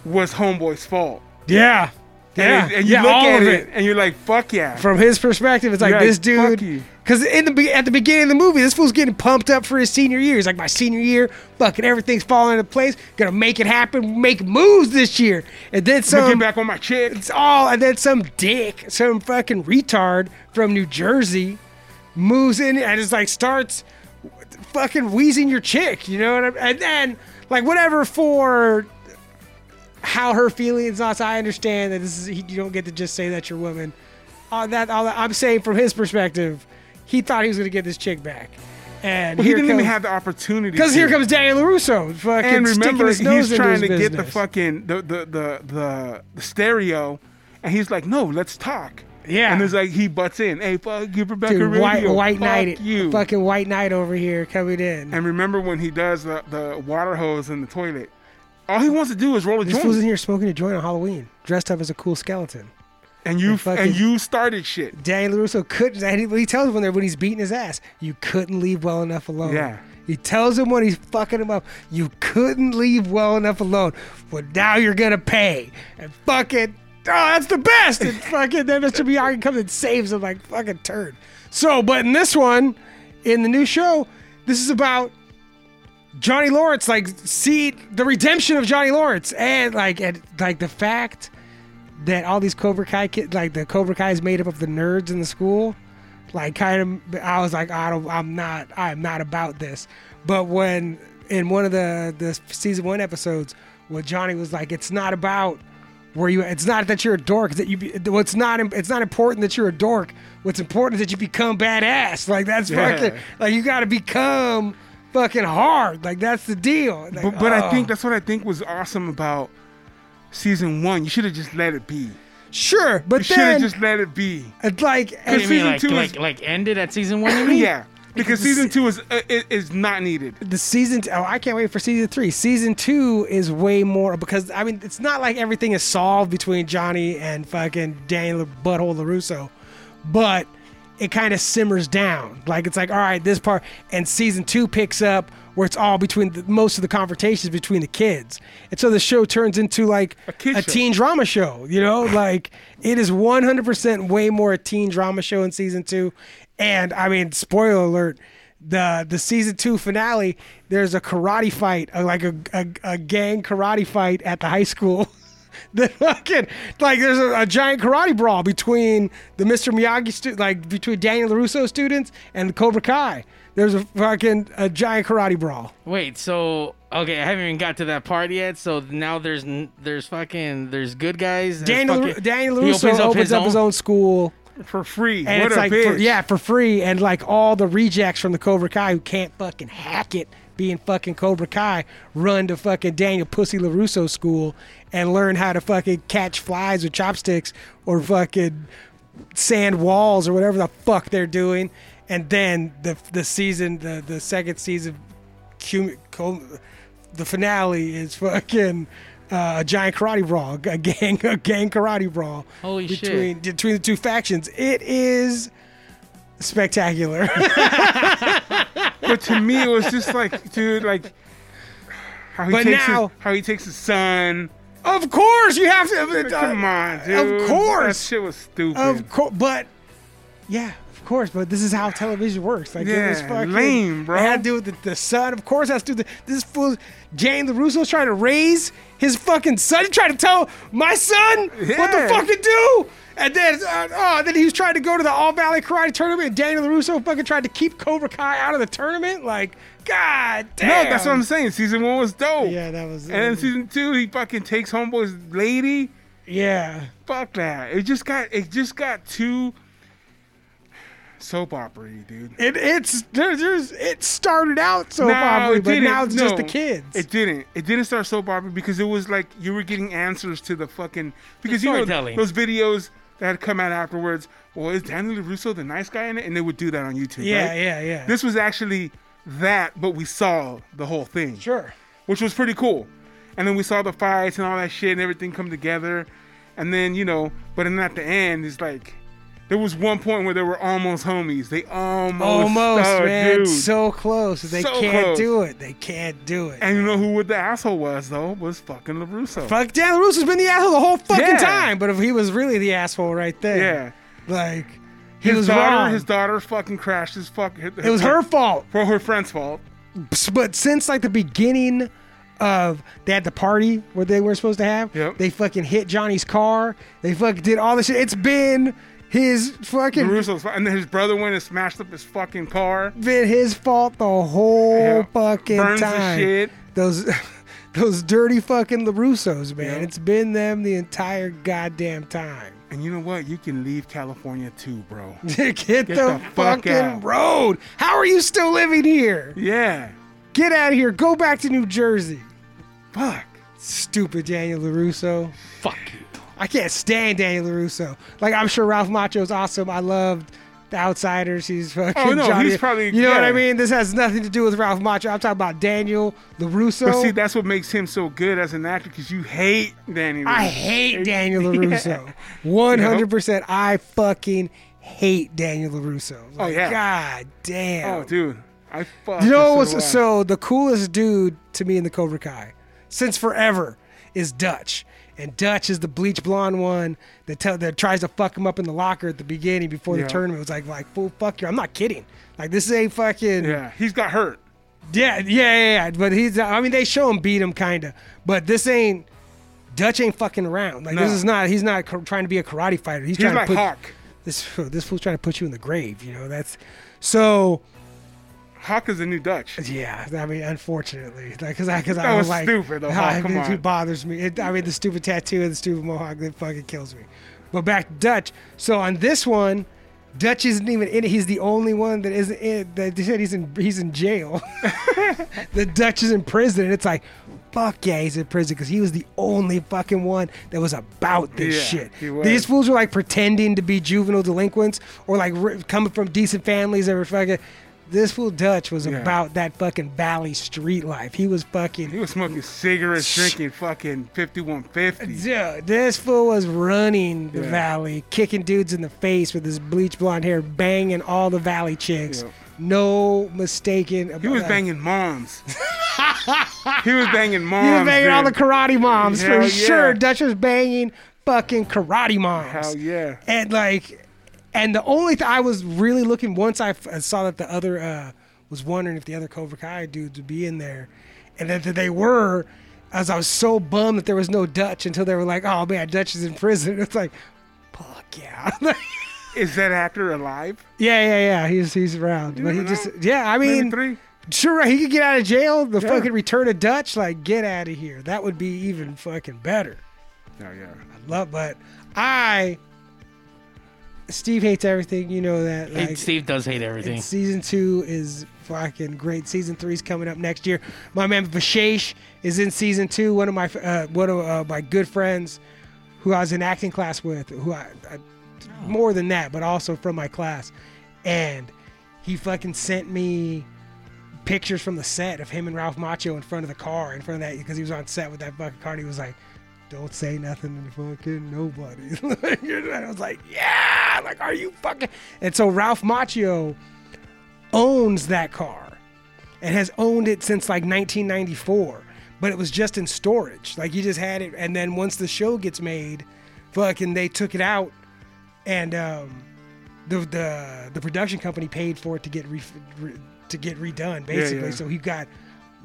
was homeboy's fault.
yeah yeah
And, it- and you
yeah,
look
all
at
of
it, and you're like, fuck yeah.
from his perspective, it's like
Yeah,
this
fuck
dude.
you.
Because in the be- at the beginning of the movie, this fool's getting pumped up for his senior year. He's like, my senior year, fucking everything's falling into place. Gonna make it happen. Make moves this year. And then
Looking
some.
back on my chick.
It's all. Oh, And then some dick, some fucking retard from New Jersey, moves in and it's like starts fucking wheezing your chick. You know what I mean? And then like whatever for how her feelings are. so I understand that this is he, you don't get to just say that's your woman. All that, all that I'm saying from his perspective, he thought he was gonna get this chick back, and
He
here
didn't
comes,
even have
<laughs>
the opportunity.
because
to.
here comes Daniel Larusso, fucking
And
sticking
remember,
his nose
he's trying to
into his
get the
business.
fucking the the, the the the stereo, and he's like, "No, let's talk."
Yeah.
and it's like he butts in, "Hey, fuck you, Rebecca
Dude,
Radio.
white white
fuck
knight, it.
you."
fucking white knight over here coming in.
and remember when he does the, the water hose in the toilet? All he wants to do is roll a
This fool's in
joint,
here smoking a joint on Halloween, dressed up as a cool skeleton.
and you
fucking-
and you started shit.
Daniel LaRusso couldn't. And he, he tells him when, they're- when he's beating his ass, you couldn't leave well enough alone.
Yeah.
He tells him when he's fucking him up, you couldn't leave well enough alone. Well, now you're gonna pay. And fucking, oh, that's the best. And fucking, then Mr. Miyagi comes and saves him like fucking turd. So, but in this one, in the new show, this is about Johnny Lawrence, like see the redemption of Johnny Lawrence, and like and like the fact that all these Cobra Kai kids, like the Cobra Kai is made up of the nerds in the school. Like kind of, I was like, I don't, I'm not, I'm not about this. But when in one of the the season one episodes, when Johnny was like, it's not about where you, it's not that you're a dork. it's That you, be- what's not, im- it's not important that you're a dork. What's important is that you become badass. Like that's
Yeah.
fucking, like you got to become fucking hard. Like that's the deal. Like,
But, but I
oh.
think that's what I think was awesome about season one. You should have just let it be.
sure, but
You should have
then
just let it be.
it's like
What do you mean,
season
like,
two
like,
is-
like ended at season
<laughs>
one? You mean?
Yeah, because season two is uh, is- is not needed.
the season oh i can't wait for season three season two is way more because i mean it's not like everything is solved between johnny and fucking daniel butthole larusso but it kind of simmers down like it's like all right this part and season two picks up where it's all between the, most of the confrontations between the kids and so the show turns into like
kid
a
show.
teen drama show you
<laughs>
know like it is 100% way more a teen drama show in season two and i mean spoiler alert the the season two finale, there's a karate fight, uh, like a, a a gang karate fight at the high school. <laughs> the fucking like there's a, a giant karate brawl between the Mr. Miyagi stu- like between Daniel Larusso students and the Cobra Kai. There's a fucking a giant karate brawl.
Wait. So okay, I haven't even got to that part yet. So now there's n- there's fucking there's good guys. there's
Daniel
fucking-
Daniel
he
Larusso opens, up, his, own? school.
for free.
And
what
it's
a
like,
bitch.
for, yeah, for free, and like all the rejects from the Cobra Kai who can't fucking hack it, being fucking Cobra Kai, run to fucking Daniel Pussy Larusso school and learn how to fucking catch flies with chopsticks or fucking sand walls or whatever the fuck they're doing. And then the the season, the the second season, cum- com- the finale is fucking. uh, a giant karate brawl, a gang, a gang karate brawl
Holy shit.
between between the two factions. It is spectacular. <laughs>
But to me, it was
<laughs>
just like, dude, like how he
But
takes
now-
his, how he takes his son.
of course, you have to. uh,
Come on, dude.
Of course.
that shit was stupid.
Of course, but yeah, of course. But this is how television works. Like it was
Yeah,
fucking
lame, bro.
It had to do with the, the son. Of course, it has to do with the, this fool. Jane LaRusso's trying to raise his fucking son. He tried to tell my son what
Yeah.
the fuck to do. And then, uh, oh, then he was trying to go to the All Valley Karate Tournament. And Daniel LaRusso fucking tried to keep Cobra Kai out of the tournament. Like, god damn.
No, that's what I'm saying. Season one was dope.
Yeah, that was.
And then season two, he fucking takes homeboy's lady.
yeah.
Fuck that. It just got it just got too soap opera dude.
It, it's there, there's it started out so
No,
popular,
it
but
didn't.
now it's just
No,
the kids.
It didn't. It didn't start soap opera because it was like you were getting answers to the fucking because you know
storytelling.
those videos that had come out afterwards. Well, is Danny LaRusso the nice guy in it? And they would do that on YouTube.
Yeah,
right?
yeah, yeah.
This was actually that, but we saw the whole thing.
sure.
which was pretty cool. And then we saw the fights and all that shit and everything come together. And then, you know, but then at the end, it's like there was one point where they were almost homies. They almost,
Almost,
oh,
man.
dude.
So close. They
So
can't
close.
do it. They can't do it.
and you know who the asshole was though? Was fucking Larusso.
Fuck, Dan LaRusso's been the asshole the whole fucking
Yeah.
time. But if he was really the asshole right
yeah,
there, yeah. like, he
his
was
daughter,
wrong.
his daughter fucking crashed his fuck.
it was her fault.
<laughs> for her friend's fault.
But since, like, the beginning of they had the party where they were supposed to have,
Yep.
they fucking hit Johnny's car. They fucking did all this shit. It's been his <laughs> fucking
Larusso's fault. and then his brother went and smashed up his fucking car.
been his fault the whole
Yeah.
fucking
Burns the
time.
shit.
Those <laughs> those dirty fucking LaRussos, man.
Yeah.
It's been them the entire goddamn time. <laughs>
And you know what? You can leave California too, bro.
Get, the,
the fuck
fucking
out.
road. How are you still living here?
Yeah,
Get out of here. Go back to New Jersey.
fuck.
Stupid Daniel LaRusso.
Fuck you.
I can't stand Daniel LaRusso. Like, I'm sure Ralph Macho's awesome. I loved The Outsiders. He's fucking
Oh, no,
Johnny-
he's probably-
You know what
yeah.
I mean? This has nothing to do with Ralph Macho. I'm talking about Daniel LaRusso.
But see, that's what makes him so good as an actor because you hate Danny.
I
<laughs> Rand.
hate Daniel LaRusso. One hundred percent. I fucking hate Daniel LaRusso. Like,
Oh, yeah.
God damn.
Oh, dude, I fuck.
you know what's so the coolest dude to me in the Cobra Kai since forever is Dutch. And Dutch is the bleach blonde one that tell, that tries to fuck him up in the locker at the beginning before
Yeah.
the tournament. It was like like fool fuck you. I'm not kidding. Like this ain't fucking
yeah, he's got hurt.
yeah, yeah, yeah, yeah. But he's, I mean, they show him beat him, kind of. But this ain't, Dutch ain't fucking around. Like, this
No.
is not, he's not ca- trying to be a karate fighter. He's,
He's
trying
like
to put,
Hawk.
this, this fool's trying to put you in the grave, you know? That's, so,
Hawk is the new Dutch.
yeah, I mean, unfortunately. Because I, cause I
That
don't
was
like,
stupid, though.
I,
Come
it,
on.
it bothers me. It, I mean, the stupid tattoo and the stupid mohawk, that fucking kills me. But back to Dutch. So on this one, Dutch isn't even in it. He's the only one that isn't in it. They said he's in, he's in
<laughs>
jail. the Dutch is in prison. And it's like, fuck yeah, he's in prison because he was the only fucking one that was about this
Yeah,
shit.
he was.
These fools were like pretending to be juvenile delinquents or like ri coming from decent families or fucking. This fool Dutch was
Yeah.
about that fucking valley street life. He was
He
fucking.
was smoking cigarettes, drinking fucking fifty-one fifty.
Dude, this fool was running the
Yeah.
valley, kicking dudes in the face with his bleach blonde hair, banging all the valley chicks.
Yep.
No mistaken. About
He was
that. <laughs>
banging moms. he was banging moms.
He was banging all the
dude.
karate moms
Hell
for
yeah.
sure. Dutch was banging fucking karate moms.
Hell yeah.
And like, and the only thing I was really looking once I f- I saw that the other uh, was wondering if the other Cobra Kai dudes would be in there, and that that they were. As I was so bummed that there was no Dutch until they were like, "Oh man, Dutch is in prison." <laughs> It's like, fuck yeah, <laughs> yeah,
Is that actor alive?
yeah, yeah. He's he's around, but he
never
just
know.
yeah. I
Maybe
mean,
three.
sure right, he could get out of jail. The
Yeah.
fucking return of Dutch, like get out of here. That would be even fucking better.
Oh yeah.
Love, but I. Steve hates everything. You know that.
<laughs> Hey,
like-
Steve does hate everything.
and season two is fucking great. Season three's coming up next year. My man Vishesh is in season two. One of my uh, one of uh, my good friends, who I was in acting class with, who I, I more than that, but also from my class, and he fucking sent me pictures from the set of him and Ralph Macho in front of the car, in front of that, because he was on set with that fucking car. And he was like, "Don't say nothing to fucking nobody." <laughs> and I was like, "Yeah!" Like, are you fucking? And so Ralph Macho owns that car and has owned it since like 1994. But it was just in storage. Like you just had it, and then once the show gets made, fucking they took it out, and um, the the the production company paid for it to get re, re- to get redone basically.
yeah.
So he got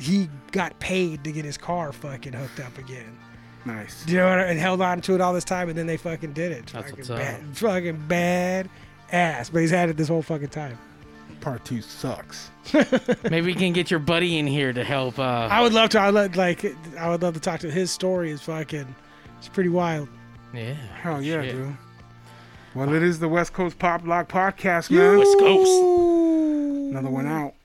he got paid to get his car fucking hooked up again.
Nice.
You know, what I- and held on to it all this time, and then they fucking did it.
That's
fucking
what's up.
bad, fucking bad ass. But he's had it this whole fucking time.
Part two sucks.
Maybe we can get your buddy in here to help. Uh,
I would love to. I would like. I would love to talk to his story. Is fucking. It's pretty wild.
yeah.
Hell yeah,
Shit.
dude. Well, it is the West Coast Pop Lock Podcast, man.
West Coast.
Ooh.
Another one out.